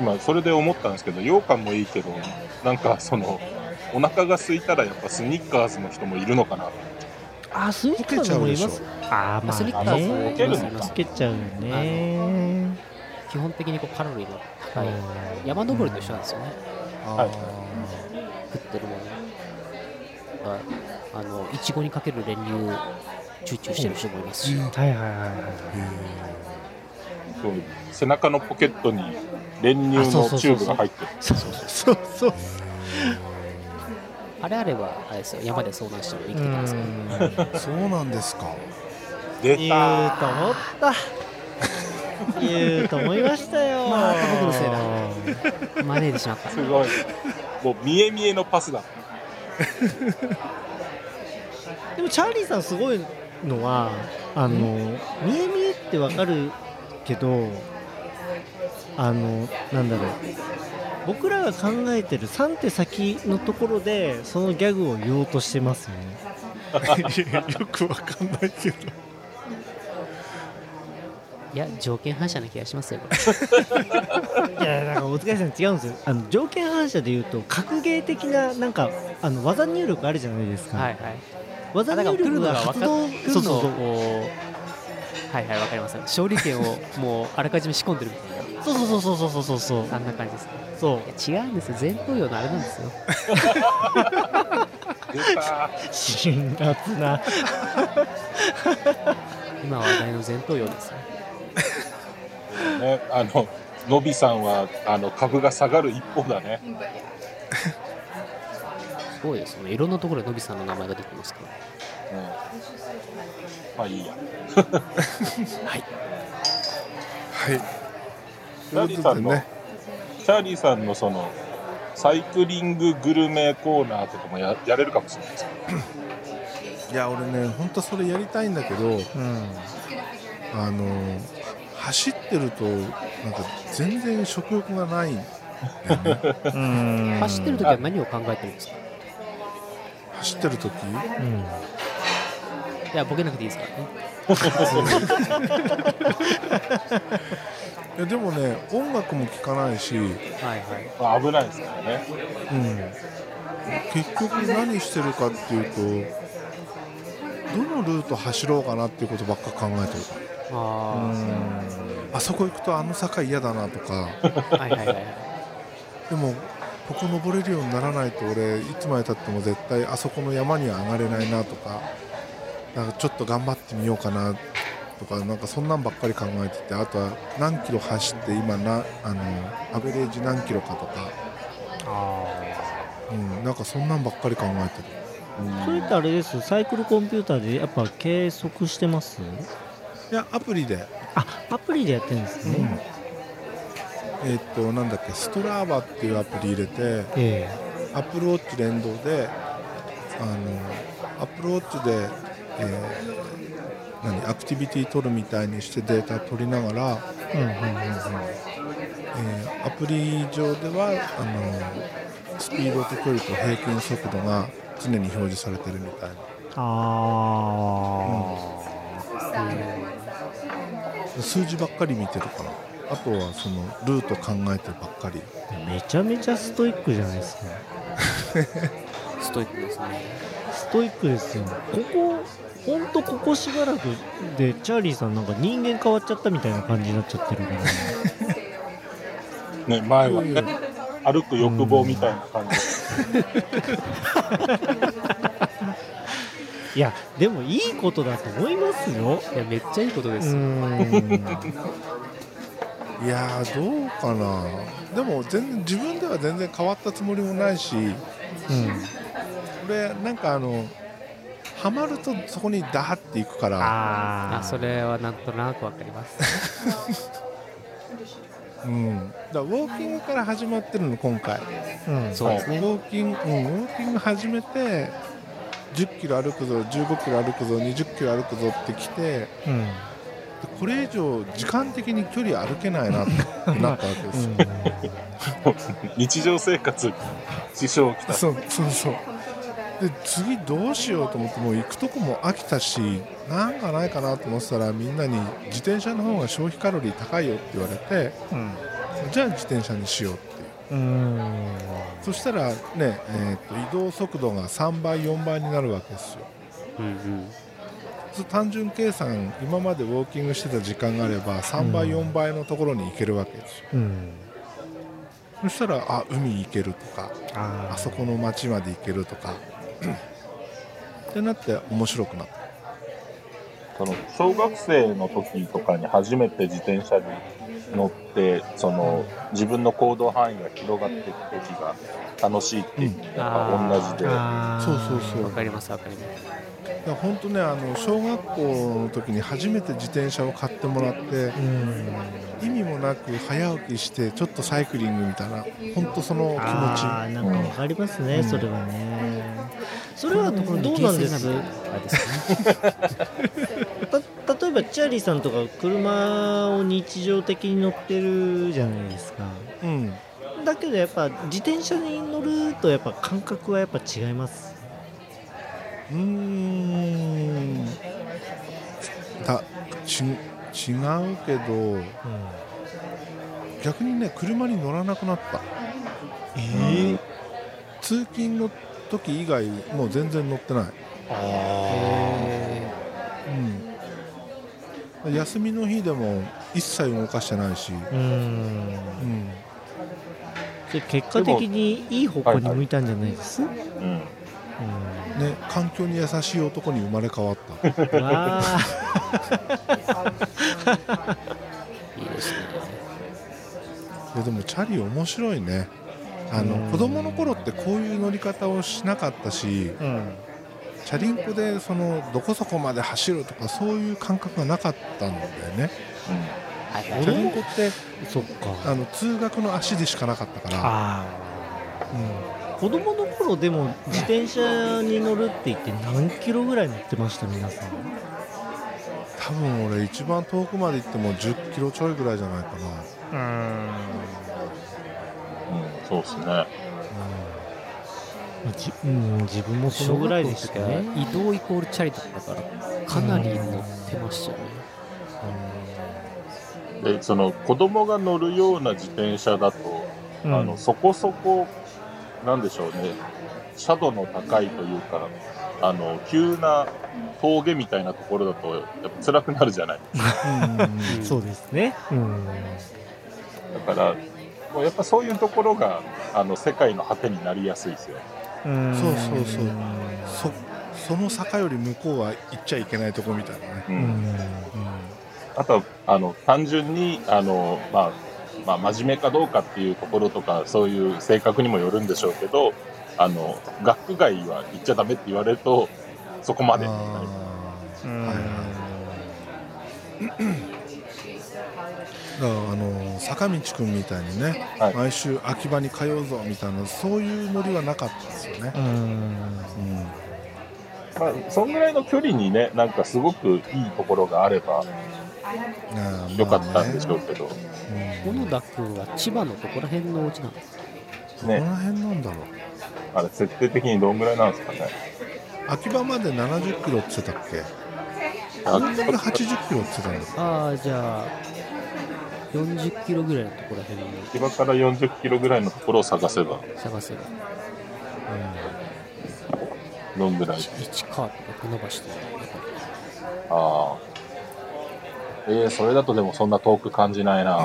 S3: 今、それで思ったんですけど、羊羹もいいけど、なんかその、お腹が空いたらやっぱスニッカーズの人もいるのかな。
S4: あスニッカ
S1: 溶けちゃ
S4: ー
S1: う
S4: も
S1: で
S4: い
S1: しょ
S4: ますああま
S2: スニッカ
S4: あ
S2: ーズ
S4: ね
S3: 溶ける
S2: い
S3: の
S2: ます
S4: つけちゃうよね
S2: 基本的にこうカロリーの高い
S4: うん
S2: 山登りと一緒なんですよね、
S1: あー
S2: 食ってるものがあのいちごにかける練乳チューチューしてる人もいますし、
S4: はいはいはいはい
S3: そう背中のポケットに練乳のチューブが入ってる。
S4: そうそうそう
S2: あれあればあれですよ山で遭難しても生き
S4: う
S2: てきますから、
S4: ん
S1: そうなんですか
S3: 出
S4: 言
S3: た
S4: うと思った言うと思いましたよ
S2: また僕のせい招いてしまった
S3: すごい。もう見え見えのパスだ。
S4: でもチャーリーさんすごいのはあの見え見えってわかるけどあのなんだろう僕らが考えてる3手先のところでそのギャグを言おうとしてますよね
S1: *laughs* よくわかんないけど
S2: いや条件反射な気がしますよこれ
S4: いやなんかお疲れさん違うんですよあの条件反射で言うと格ゲー的ななんかあの技入力あるじゃないですか、
S2: はいはい
S4: 技
S2: だから
S4: 入
S2: 来る
S4: 力
S2: のが
S4: が
S2: 分か
S4: 発
S2: る
S4: 動
S2: 来る
S4: そ
S2: の
S4: うそう
S2: を
S4: そう
S2: こうはいはいわかります勝利権をもうあらかじめ仕込んでるみたい
S4: そうそうそうそうそうそうそう
S2: なあんな感じですね
S4: そう
S2: いや違うんですよ前頭葉のあれなんですよ
S3: 出た。
S4: 辛辣な
S2: 今話題の前頭葉ですよ
S3: ね、あの、のびさんは、あの、株が下がる一方だね。
S2: すごいですねいろんなところでのびさんの名前が出てますから
S3: うん。まあいいや。
S1: はい
S3: チャーリーさんの、
S1: ね
S3: チャーリーさんのその、サイクリンググルメコーナーとかもややれるかもしれないですね。
S1: いや俺ね本当それやりたいんだけど
S4: うん
S1: あの走ってるとなんか全然食欲がないんだよね
S4: うん
S2: 走ってる時は何を考えてるんですか
S1: 走ってる時
S4: うん
S2: いやボケなくていいですからね
S1: いやでもね音楽も聴かないし、うん、
S2: はいはい
S3: まあ、危ないですからね。
S1: 結局何してるかっていうとどのルート走ろうかなっていうことばっか考えてる
S2: あ
S1: あそこ行くとあの坂嫌だなとか
S2: あはいはいはいはい
S1: でもここ登れるようにならないと俺いつまでたっても絶対あそこの山には上がれないなとかなんかちょっと頑張ってみようかなとかなんかそんなんばっかり考えててあとは何キロ走って今なあのアベレージ何キロかとか、
S2: あ
S1: うん、なんかそんなんばっかり考えてる。
S4: それってあれですサイクルコンピューターでやっぱ計測してます
S1: いやアプリで、
S4: あアプリでやってるんですね、
S1: えーっとなんだっけストラーバっていうアプリ入れて
S4: え
S1: アップルウォッチ連動であのアップルウォッチで、えー何アクティビティ取るみたいにしてデータ取りながら、
S4: えうんうんうんうん
S1: えーアプリ上ではあのスピードと距離と平均速度が常に表示されてるみたいな
S4: あ
S1: 数字ばっかり見てるからあとはそのルート考えてるばっかり
S4: あ、めちゃめちゃストイックじゃないですか
S2: あストイックですね
S4: ストイックですよここほんとここしばらくでチャーリーさんなんか人間変わっちゃったみたいな感じになっちゃってる
S1: *laughs*
S4: から、
S3: ね、前は
S1: うん
S3: ね、歩く欲望みたいな感じ。
S4: いやでもいいことだと思いますよ
S2: いやめっちゃいいことです、
S4: ーん
S1: いやーどうかなでも全然自分では全然変わったつもりもないし
S4: うん
S1: 俺なんかあのハマるとそこにダーっていくから、
S4: あ
S2: あそれはなんとなくわかります
S1: うん、だからウォーキングから始まってるの今回、
S4: うん
S2: そうです
S1: ウ
S2: ね
S1: ォーキング、うん、ウォーキング始めて10キロ歩くぞ15キロ歩くぞ20キロ歩くぞってきて
S4: うん
S1: これ以上時間的に距離歩けないなってなったわけですよ、
S3: 日常生活に支障をきた。
S1: そうそうそうで次どうしようと思ってもう行くとこも飽きたしなんかないかなと思ってたらみんなに自転車の方が消費カロリー高いよって言われて
S4: うん
S1: じゃあ自転車にしようっていう
S4: うん
S1: そしたらね、えーと移動速度が3倍4倍になるわけですよ
S2: うんうん
S1: 普通単純計算今までウォーキングしてた時間があれば3倍
S4: うん
S1: 4倍のところに行けるわけですよ、
S4: うん
S1: そしたらあ海行けるとか
S4: あー
S1: あそこの町まで行けるとか *coughs* ってなって面白くなった
S3: その小学生の時とかに初めて自転車に乗ってその自分の行動範囲が広がっていく時が楽しいっていうのが同じで、
S4: あー
S1: そうそうそう
S2: わかりますわかります
S1: いや本当ねあの小学校の時に初めて自転車を買ってもらって
S4: うん
S1: 意味もなく早起きしてちょっとサイクリングみたいな本当その気持
S4: あ
S1: ち
S4: ーなんかわかりますね、
S1: うん
S4: それはねそれはどうなんです
S2: あれですね
S4: た例えばチャーリーさんとか車を日常的に乗ってるじゃないですか
S1: うん
S4: だけどやっぱ自転車に乗るとやっぱ感覚はやっぱ違います
S1: うーんたち違うけど
S4: うん
S1: 逆にね車に乗らなくなった
S4: え
S1: 通勤の時以外もう全然乗ってない
S2: へ
S1: うん、休みの日でも一切動かしてないし、
S4: えうん
S1: うん、
S4: で結果的にいい方向に向いたんじゃないです、
S3: うん
S1: ね、環境に優しい男に生まれ変わった。
S4: *laughs* うん、わあ
S2: ーいいですね
S1: いやでもチャリ面白いね。あの
S4: うん
S1: 子供の頃ってこういう乗り方をしなかったし、
S4: うん
S1: チャリンコでそのどこそこまで走るとかそういう感覚がなかったんだよね。
S2: はい
S1: チ
S2: は
S1: ャ
S2: い
S1: リンコって
S4: そっか
S1: あの通学の足でしかなかったから、
S4: ああ
S1: うん
S4: 子供の頃でも自転車に乗るって言って何キロぐらい乗ってました皆さん
S1: 多分俺一番遠くまで行っても10キロちょいぐらいじゃないかな、
S3: そうですね。
S4: まあじうん、自分もそのぐらいでしたね
S2: 移動イコールチャリだったからかなり乗ってましたよね、
S3: で、その子供が乗るような自転車だと、
S4: うん
S3: あの、そこそこ、なんでしょうね、斜度の高いというか、あの、急な峠みたいなところだと、やっぱ辛くなるじゃない。
S4: うんそうですね、うん、
S3: だから、もうやっぱそういうところが、あの、世界の果てになりやすいですよ。
S4: うん
S1: そうそうそうそその坂より向こうは行っちゃいけないとこみたいなね
S3: う
S4: うんん
S3: あとはあの単純にあの、まあまあ、真面目かどうかっていうところとかそういう性格にもよるんでしょうけどあの学外は行っちゃダメって言われるとそこまで
S1: あー
S4: うん
S1: はいはいだからあの坂道くんみたいにね、
S3: はい
S1: 毎週秋葉に通うぞみたいなそういうノリはなかったですよね、
S4: うん
S1: うん
S3: まあ、そんぐらいの距離にねなんかすごくいいところがあれば
S1: あー
S3: よかったんでしょうけど、
S2: 小野田君は千葉のどこら辺のお家なんですか
S1: まあね
S3: ね
S1: どの辺なんだろう
S3: あれ設定的にどんぐらいなんですかね
S1: 秋葉まで70キロって言ってたっけ
S3: あ
S1: 本当に80キロって言ってたんだ
S2: ああじゃあ40キロぐらいのところら辺に
S3: 千葉から40キロぐらいのところを探せば
S2: 探せば
S3: どんぐらい
S2: 1カーとか伸ばして
S3: ああえー、それだとでもそんな遠く感じないな、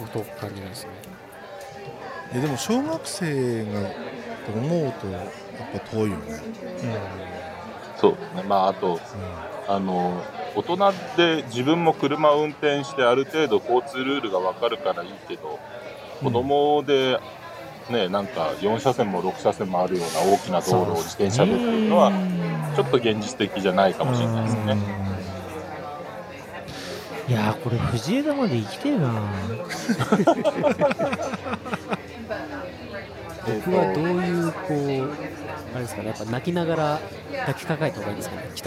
S2: 音を感じなんですね
S1: えでも小学生がと思うとやっぱ遠いよね、
S3: そうですねまああとあの大人で自分も車を運転してある程度交通ルールが分かるからいいけど子供で、ねなんか4車線も6車線もあるような大きな道路を自転車でっていうのはちょっと現実的じゃないかもしれないですね。
S4: いやーこれ藤枝まで生きてえな
S3: えっと
S2: 僕はどういうこうあれですかねやっぱ泣きながら抱きかかえた方がいいんですかね来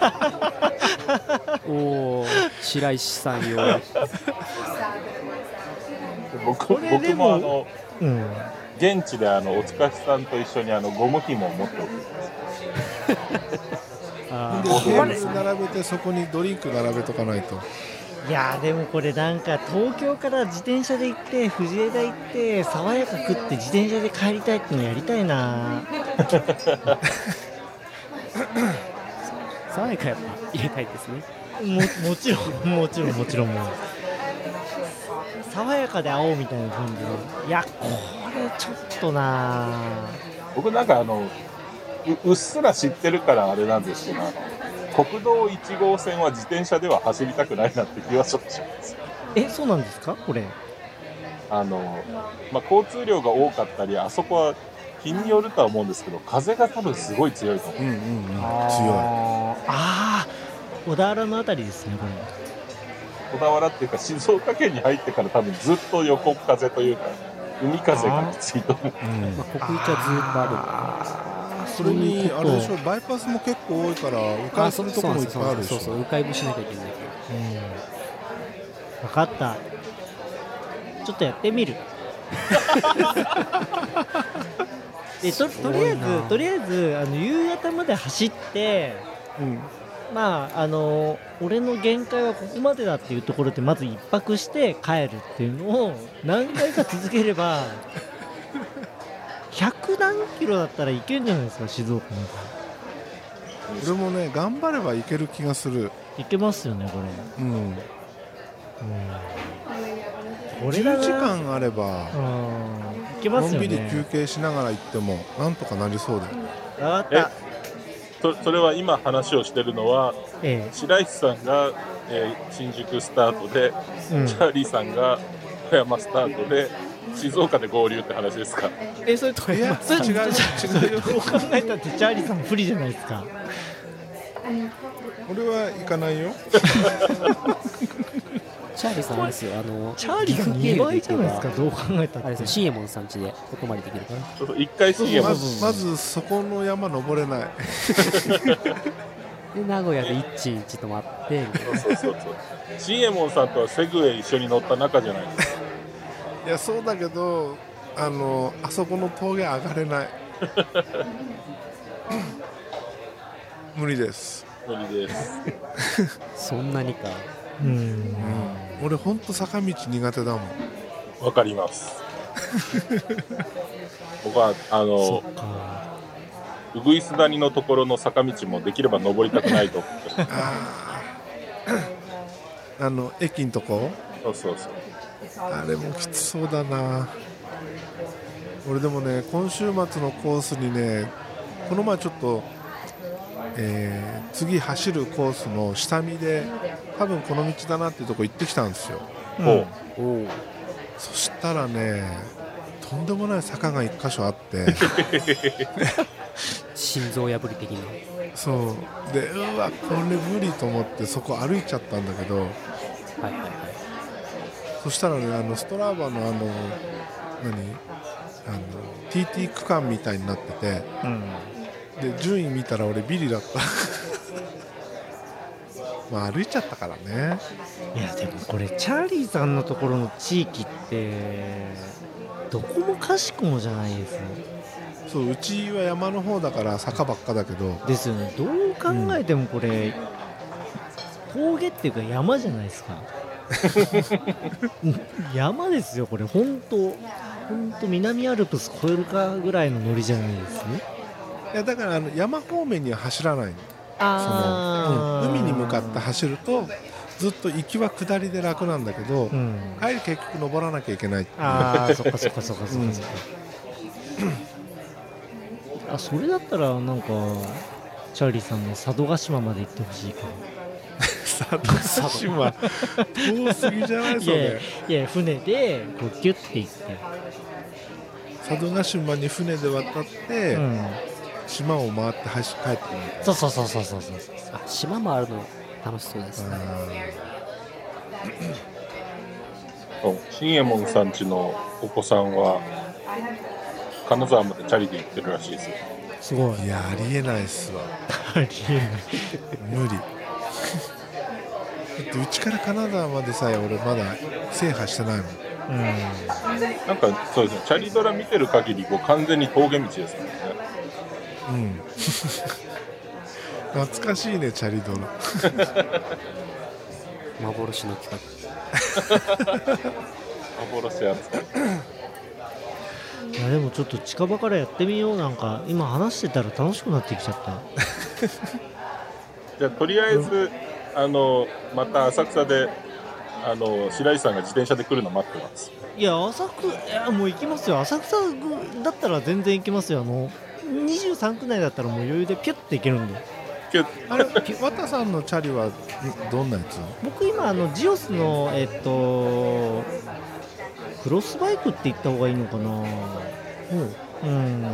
S2: たおお白石さん用
S3: 僕
S4: これで
S3: 僕
S4: も
S3: もあの
S4: うん
S3: 現地であのお塚さんと一緒にあのゴム紐を持っておくんです
S2: あ
S1: で
S2: ー
S1: ゲーム並べてそこにドリンク並べとかないと
S4: いやーでもこれなんか東京から自転車で行って藤枝行って爽やか食って自転車で帰りたいってのやりたいな
S2: 爽やかやっぱ入れたいですね
S4: ももちろんもちろんもちろんもう爽やかで会おうみたいな感じでいやこれちょっとな
S3: 僕なんかあのううっすら知ってるからあれなんですけどあの国道1号線は自転車では走りたくないなって気はちょっとします
S4: えそうなんですかこれ
S3: あの、まあ、交通量が多かったりあそこは日によるとは思うんですけど風が多分すごい強いと思う
S1: うんうんうん強
S4: あーあー小田原のあたりですねこ
S3: 小
S4: れ
S3: 田原っていうか静岡県に入ってから多分ずっと横風というか海風がきついと思う
S1: い、うん
S2: まあ、国立はずーっとある
S1: それにあれでしょバイパスも結構多いから迂回するとこもいっぱいあるでし
S2: そうそうそうそう
S1: ょ
S2: 迂回もしなきゃいけない
S4: 分かったちょっとやって
S1: *laughs*
S4: みるでととりあえずとりあえずあの夕方まで走って
S1: うん
S4: まああの俺の限界はここまでだっていうところでまず一泊して帰るっていうのを何回か続け
S1: *laughs*
S4: れば100何キロだったらいけるんじゃないですか静岡まで
S1: 俺もね頑張ればいける気がする
S4: いけますよねこれ。
S1: うん
S4: これだ
S1: 10
S4: な
S1: 時間あれば
S4: うんいけま
S1: の
S4: す
S1: ん
S4: よ
S1: びり休
S4: ね
S1: 憩しながら行ってもなんとかなりそうだよ
S4: わかった
S3: そそれは今話をしてるのは
S4: え
S3: 白石さんが、えー新宿スタートで
S4: えうん
S3: チャーリーさんが富山スタートで静岡で合流って話ですか
S4: えそれと
S1: いや
S4: それ
S1: 違うよ違うよ
S4: どう考えたってチャーリーさん不利じゃないですか
S1: 俺は行かないよ
S2: チャーリーさんあれですよあの
S4: チャーリーが
S2: 岐
S4: 2
S2: 阜経
S4: 倍
S2: 由
S4: じゃないです
S2: 行
S4: か
S2: けば
S4: どう考えた
S2: あれです
S4: って
S2: よシーエモンさん家でお泊まりできるから
S3: そうそう一回 CM
S1: まずまずそこの山登れない
S2: で名古屋で一日泊まってみたいな
S3: そうそうそうそう。シエモンさんとはセグウェイ一緒に乗った仲じゃないですか。
S1: いやそうだけどあのあそこの峠上がれない *laughs* 無理です、
S3: 無理です。
S2: そんなにか
S4: うん
S1: 俺ほんと坂道苦手だもん
S3: わかります。僕はあの
S4: か
S3: ウグイス谷のところの坂道もできれば登りたくないと思ってる。
S1: あーあの駅んとこ
S3: そうそうそう。
S1: あれもきつそうだな俺でもね今週末のコースにねこの前ちょっと、えー次走るコースの下見で多分この道だなっていうとこ行ってきたんですよ
S3: も
S2: おお
S1: そしたらねとんでもない坂が1箇所あって
S2: 心臓破り的な
S1: そうでうわこれ無理と思ってそこ歩いちゃったんだけど
S2: はいはいはい
S1: そしたらねあのストラバのあの何あの TT 区間みたいになってて
S4: うん
S1: で順位見たら俺ビリだった *laughs* まあ歩いちゃったからね
S4: いやでもこれチャーリーさんのところの地域ってどこもかしこもじゃないです
S1: そううちは山の方だから坂ばっかだけど
S4: ですよねどう考えてもこれ、峠っていうか山じゃないです *laughs* か山ですよこれ本当本当南アルプス越えるかぐらいのノリじゃないですね
S1: いやだからあの山方面には走らないその、
S4: あ
S1: うん海に向かって走るとずっと行きは下りで楽なんだけど、
S4: うん
S1: 帰り結局登らなきゃいけない
S4: あ *laughs* あそっかそっかそっかそっかそっか、あそれだったらなんかチャーリーさんも佐渡島まで行ってほしいけど
S1: 佐渡島遠すぎじゃないそ
S4: いや
S1: れ
S4: いや船でこうキュッて行っ、
S1: 佐渡島に船で渡ってて、
S4: うん、
S1: 島を回って走帰ってくるみたい
S4: そうそうそうそうそうそう
S2: あ島もあるの楽しそうですね
S1: なうん
S3: うシエモンさんちのお子さんは金沢までチャリで行ってるらしいですよ。
S4: すごい
S1: いやありえないっすわ
S4: ありえない
S1: 無理 *laughs* だってうちからカナダまでさえ俺まだ制覇してないもん
S3: なんかそうですね。チャリドラ見てる限りこう完全に峠道ですもんね。
S1: うん懐かしいねチャリドラ
S2: 幻の企
S3: 幻扱い。
S4: うんいやでもちょっと近場からやってみようなんか今話してたら楽しくなってきちゃった
S3: じゃあとりあえず、あのまた浅草であの白石さんが自転車で来るの待ってます。
S4: いや浅くいやもう行きますよ浅草だったら全然行きますよあの23区内だったらもう余裕でピュッて行けるんで
S3: け
S1: あれワタさんのチャリはんどんなやつ
S4: 僕今あのジオスのえっとクロスバイクって言った方がいいのかなうん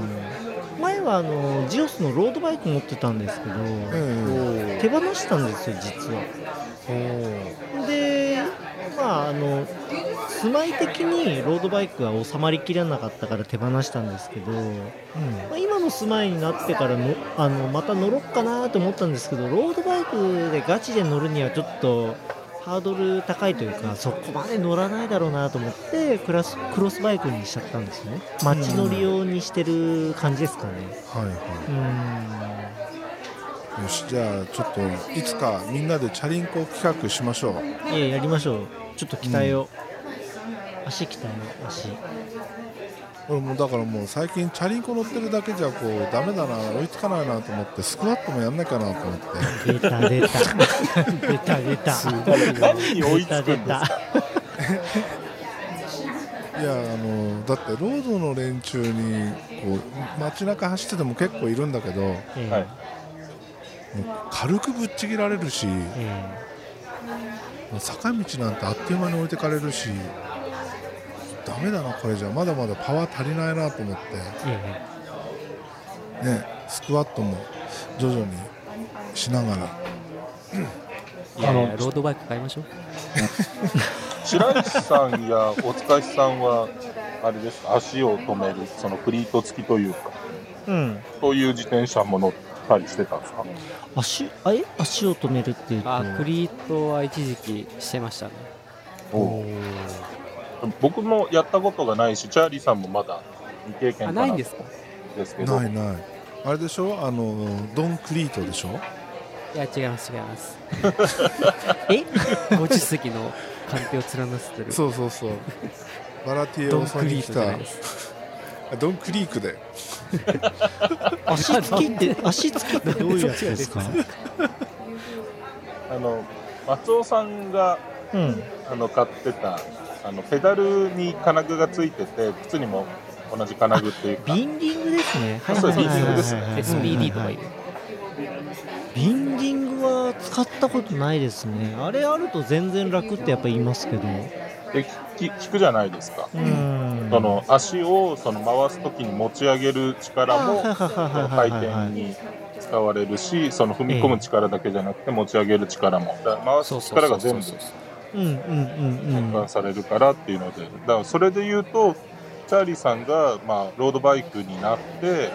S4: 前はあのジオスのロードバイク持ってたんですけど、
S1: うん
S4: 手放したんですよ実はでまああの住まい的にロードバイクは収まりきらなかったから手放したんですけど、まあ今の住まいになってからのあのまた乗ろっかなと思ったんですけどロードバイクでガチで乗るにはちょっとハードル高いというかそこまで乗らないだろうなと思ってクラスクロスバイクにしちゃったんですよね街乗り用にしてる感じですかね
S1: はいは
S4: うん
S1: いよしじゃあちょっといつかみんなでチャリンコ企画しましょう
S4: いややりましょうちょっと鍛えよう、足鍛えよう足
S1: 俺もだからもう最近チャリンコ乗ってるだけじゃこうダメだな追いつかないなと思ってスクワットもやんないかなと思って
S4: 出た出た出た出た
S3: 何に追い
S4: 出た
S3: つく
S4: 出
S3: んですか。
S4: た
S1: いやあのだってロードの連中にこう街中走ってても結構いるんだけどもう
S4: ええ
S3: はい
S1: 軽くぶっちぎられるしも
S4: え
S1: う坂道なんてあっという間に置いてかれるしダメだなこれじゃまだまだパワー足りないなと思っ
S4: ええ
S1: てねスクワットも徐々にしながら
S2: 画いやいやロードバイク買いましょう
S3: 白石さんやお塚しさんは、あれですか、足を止める、そのクリート付きというか、
S4: うん
S3: そういう自転車も乗ったりしてたんですか
S4: 足あえ足を止めるっていうと
S5: あクリートは一時期してましたね
S3: お僕もやったことがないし、チャーリーさんもまだ未経験
S5: あ
S3: か
S5: ない
S3: なん
S5: ですか
S3: ですけど、
S1: ないないあれでしょあのドンクリートでしょ
S5: いや違います違います
S4: え
S5: 50席のカンペを連なってる
S1: そうそうそう *laughs* バラティエ
S5: ド
S1: を
S5: ン
S1: 襲
S5: ク
S1: い
S5: リ
S1: に
S5: ー
S1: 来
S5: トじゃな
S1: た
S5: いです
S1: ドンクリークで
S4: 足つきって足つきってどういうやつですか
S3: あの松尾さんが
S4: うん
S3: あの買ってたあのペダルに金具がついてて靴にも同じ金具っていうか
S4: ビンディングですね
S3: あそうビンディングですね
S4: はいはいはいはい
S2: SPD とかいう
S4: ビンディングは使ったことないですねあれあると全然楽ってやっぱ言いますけど
S3: でき聞くじゃないですか、
S4: うん
S3: その足をその回す時に持ち上げる力も
S4: あはいはい
S3: その
S4: は
S3: 回
S4: いはいはい
S3: 転に使われるしその踏み込む力だけじゃなくて持ち上げる力もだから回
S2: そう
S3: す
S2: そうそ
S3: 力
S2: う
S3: が
S2: そ
S3: 全
S2: う
S3: 部
S2: そう
S4: うんうんうんう
S3: 変
S4: ん
S3: 換されるからっていうのでだからそれで言うとチャーリーさんが、まあ、ロードバイクになって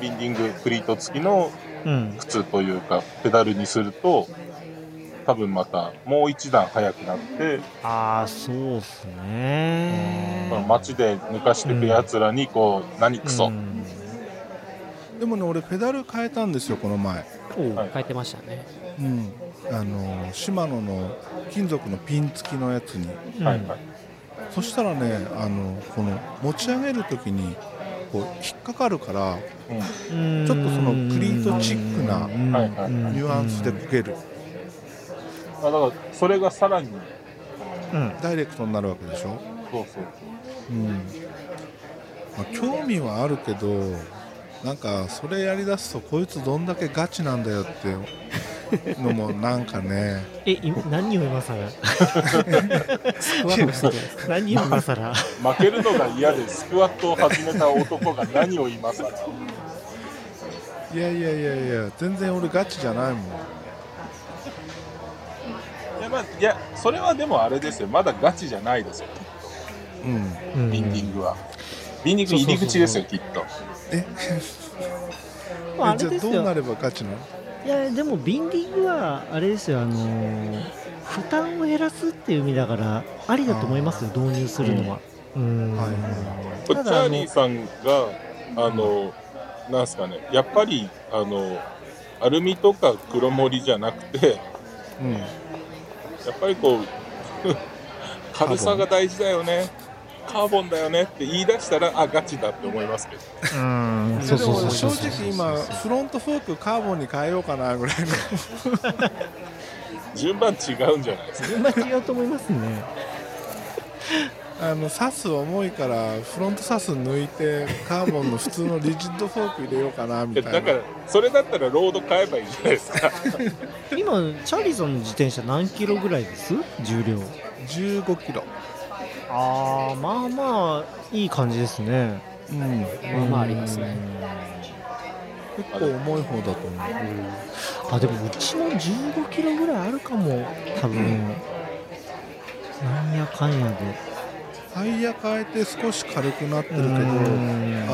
S3: ビンディングクリート付きの
S4: うん
S3: 靴というかペダルにすると多分またもう一段速くなって、
S4: ああそうっすね
S3: その街で抜かしていくやつらにこう、何クソ、
S4: うん
S1: でもね俺ペダル変えたんですよこの前
S4: おう
S3: はい
S2: 変えてましたね
S1: うんあのシマノの金属のピン付きのやつに
S4: うん
S3: はいはい
S1: そしたらねあのこの持ち上げる時にこう引っかかるから
S3: う
S4: うん
S1: ちょっとそのクリートチックな
S4: うん
S3: はいはい
S1: ニュアンスでこける
S3: ん、まあだからそれがさらに
S4: うん
S1: ダイレクトになるわけでしょ、
S3: そうそう
S1: うんまあ、興味はあるけどなんかそれやりだすとこいつどんだけガチなんだよっていうのもなんか
S4: *laughs*
S1: ね
S4: えい何を今さら
S5: ふわっとしてるじゃないですか
S4: *laughs* 何を今さ
S1: *laughs*
S4: ら
S3: 負けるのが嫌でスクワットを始めた男が何を今更
S1: いやいやいやいや全然俺ガチじゃないもん
S3: いや,、まあ、いやそれはでもあれですよまだガチじゃないですよ
S1: うん
S3: ビンディングは、ビンディング入り口ですよきっと
S1: え
S4: まああ
S1: じゃ
S4: れ
S1: あ
S4: です
S1: どうな
S4: よ
S1: ればガチなの
S4: いやでもビンディングはあれですよあのー負担を減らすっていう意味だからありだと思いますよ導入するのはうん
S1: はい
S3: チ
S4: ただ
S3: ャー
S4: あ
S3: リ
S4: の
S3: ーさんがあのなんすかねやっぱりあのアルミとか黒森じゃなくてや
S1: うん
S3: っぱりこう *laughs* 軽さが大事だよねカーボンだよねって言い出したらあガチだって思いますけど
S4: うん
S1: で
S4: そうそうそ
S1: も
S4: う
S1: 正
S4: そ
S1: 直
S4: う
S1: 今フロントフォークカーボンに変えようかなぐらいの *laughs*
S3: 順番違うんじゃないですか
S4: 今違うと思いますね
S1: あのサス重いからフロントサス抜いてカーボンの普通のリジッドフォーク入れようかなみ
S3: え
S1: たいな
S3: だからそれだったらロード買えばいいじゃないですか
S4: 今チャーリーさんの自転車何キロぐらいです重量
S1: 15キロ
S4: ああまあまあいい感じですね
S1: うん
S2: まあまあありますね
S1: 結構重い方だと思う
S4: あでもうちも1 5キロぐらいあるかも多分、なんやかんやで
S1: タイヤ変えて少し軽くなってるけど
S4: う
S1: あ
S4: ん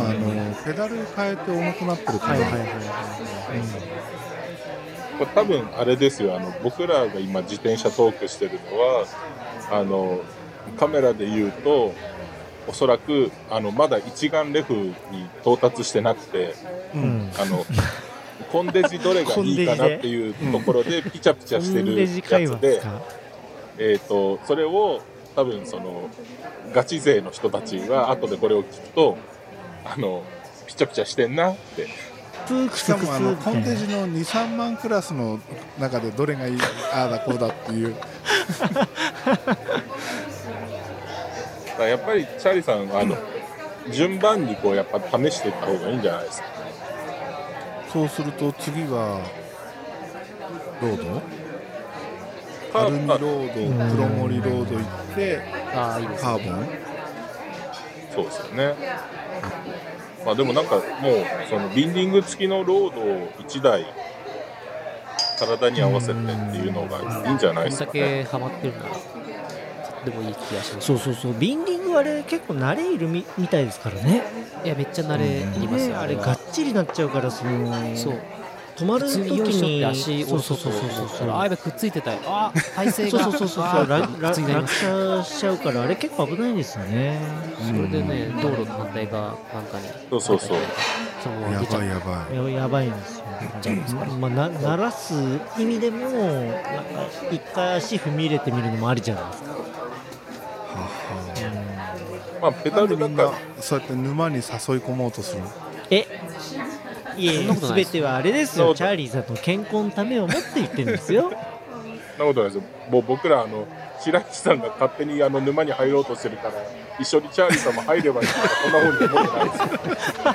S1: のペダル変えて重くなってるから、
S4: はいはいはいはい
S3: これ多分あれですよあの僕らが今自転車トークしてるのはあのカメラで言うとおそらくあのまだ一眼レフに到達してなくて
S1: う
S4: うんん
S3: あの
S4: *laughs*
S3: コンデジどれがいいかなっていうところでピチャピチャしてる
S4: レジ会
S3: や
S4: 話
S3: つ
S4: です
S3: で、
S4: か
S3: えー、とそれを多分そのガチ勢の人たちが後でこれを聞くとあのピチャピチャしてんなって
S4: プーク
S1: し
S4: ス
S1: か
S4: クス
S1: もあの
S4: み
S1: コ
S4: た
S1: ン
S4: い
S1: テー
S4: な
S1: ジの23万クラスの中でどれがいいああだこうだっていう
S3: だからやっぱりチャーリーさんはあの順番にこうやっぱ試していった方がいいんじゃないですか
S1: そうすると次はロード
S3: カ
S1: ア
S3: ー
S1: ルミロード黒森ロード行って
S2: ああいいです
S1: カ
S2: ね
S1: ーボン
S3: そうですよねまあでもなんかもうそのビンディング付きのロードを1台体に合わせてっていうのがいいんじゃ
S2: こ
S3: ないで
S2: ん
S3: す
S2: だ
S3: かね
S2: けハマってるならでもいい気がします
S4: そうそうそうビンディングあれ結構慣れいるみみたいですからね
S2: いやめっちゃ慣れいります
S4: ね
S2: よ
S4: あ
S2: あ
S4: れ
S2: れ
S4: が
S2: が
S4: っちりなっちゃうからその
S2: そう
S4: 止まる
S2: 普
S4: 時
S2: 通によいしょって足
S4: に
S2: を
S4: そうそうそうそうそう
S2: あやべくっついてたよあ体勢
S4: そう
S2: が
S4: そうそうそう
S2: あ
S4: らら
S2: くっついてま
S4: 落
S2: す
S4: 車しちゃうからあれ結構危ないんですよね
S2: それでね道路の反対側なんかに
S3: そうそうそう
S2: そのまま
S1: や
S2: 出ちゃ
S1: ば
S2: う
S1: いやばい
S4: ややばいんですよ
S2: ちゃいますから
S4: まあ、な鳴らす意味でもなんか一回足踏み入れてみるのもありじゃないですか
S1: はは
S3: まあ、ペダ
S1: なんで
S3: ル
S1: み
S3: だ
S1: ん
S3: か
S1: な
S3: ら、
S1: そうやって沼に誘い込もうとする
S4: えい
S2: そん
S4: え
S2: なことない
S4: 全てはあれです
S3: そ
S4: よ
S3: う
S4: チャーリーさんの健康のためを持って言ってるんですよ
S3: そんなことないですよ。もう僕ら、あの、白木さんが勝手にあの沼に入ろうとしてるから、一緒にチャーリーさんも入ればいいとか、そんなふうに思ってないですよ。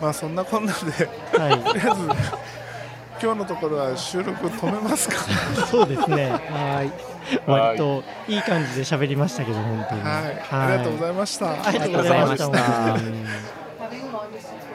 S1: まあそんなこんなで
S4: は
S1: とりあえず今日のところは収録止め
S4: *laughs*
S1: ますか
S4: いそうですねはい割といい感じで喋りましたけど本当に
S1: はい、ありがとうご
S4: い
S1: ざいました、
S4: ありがとうございました
S2: ありがとうございました
S4: 本当に
S6: Having a long distance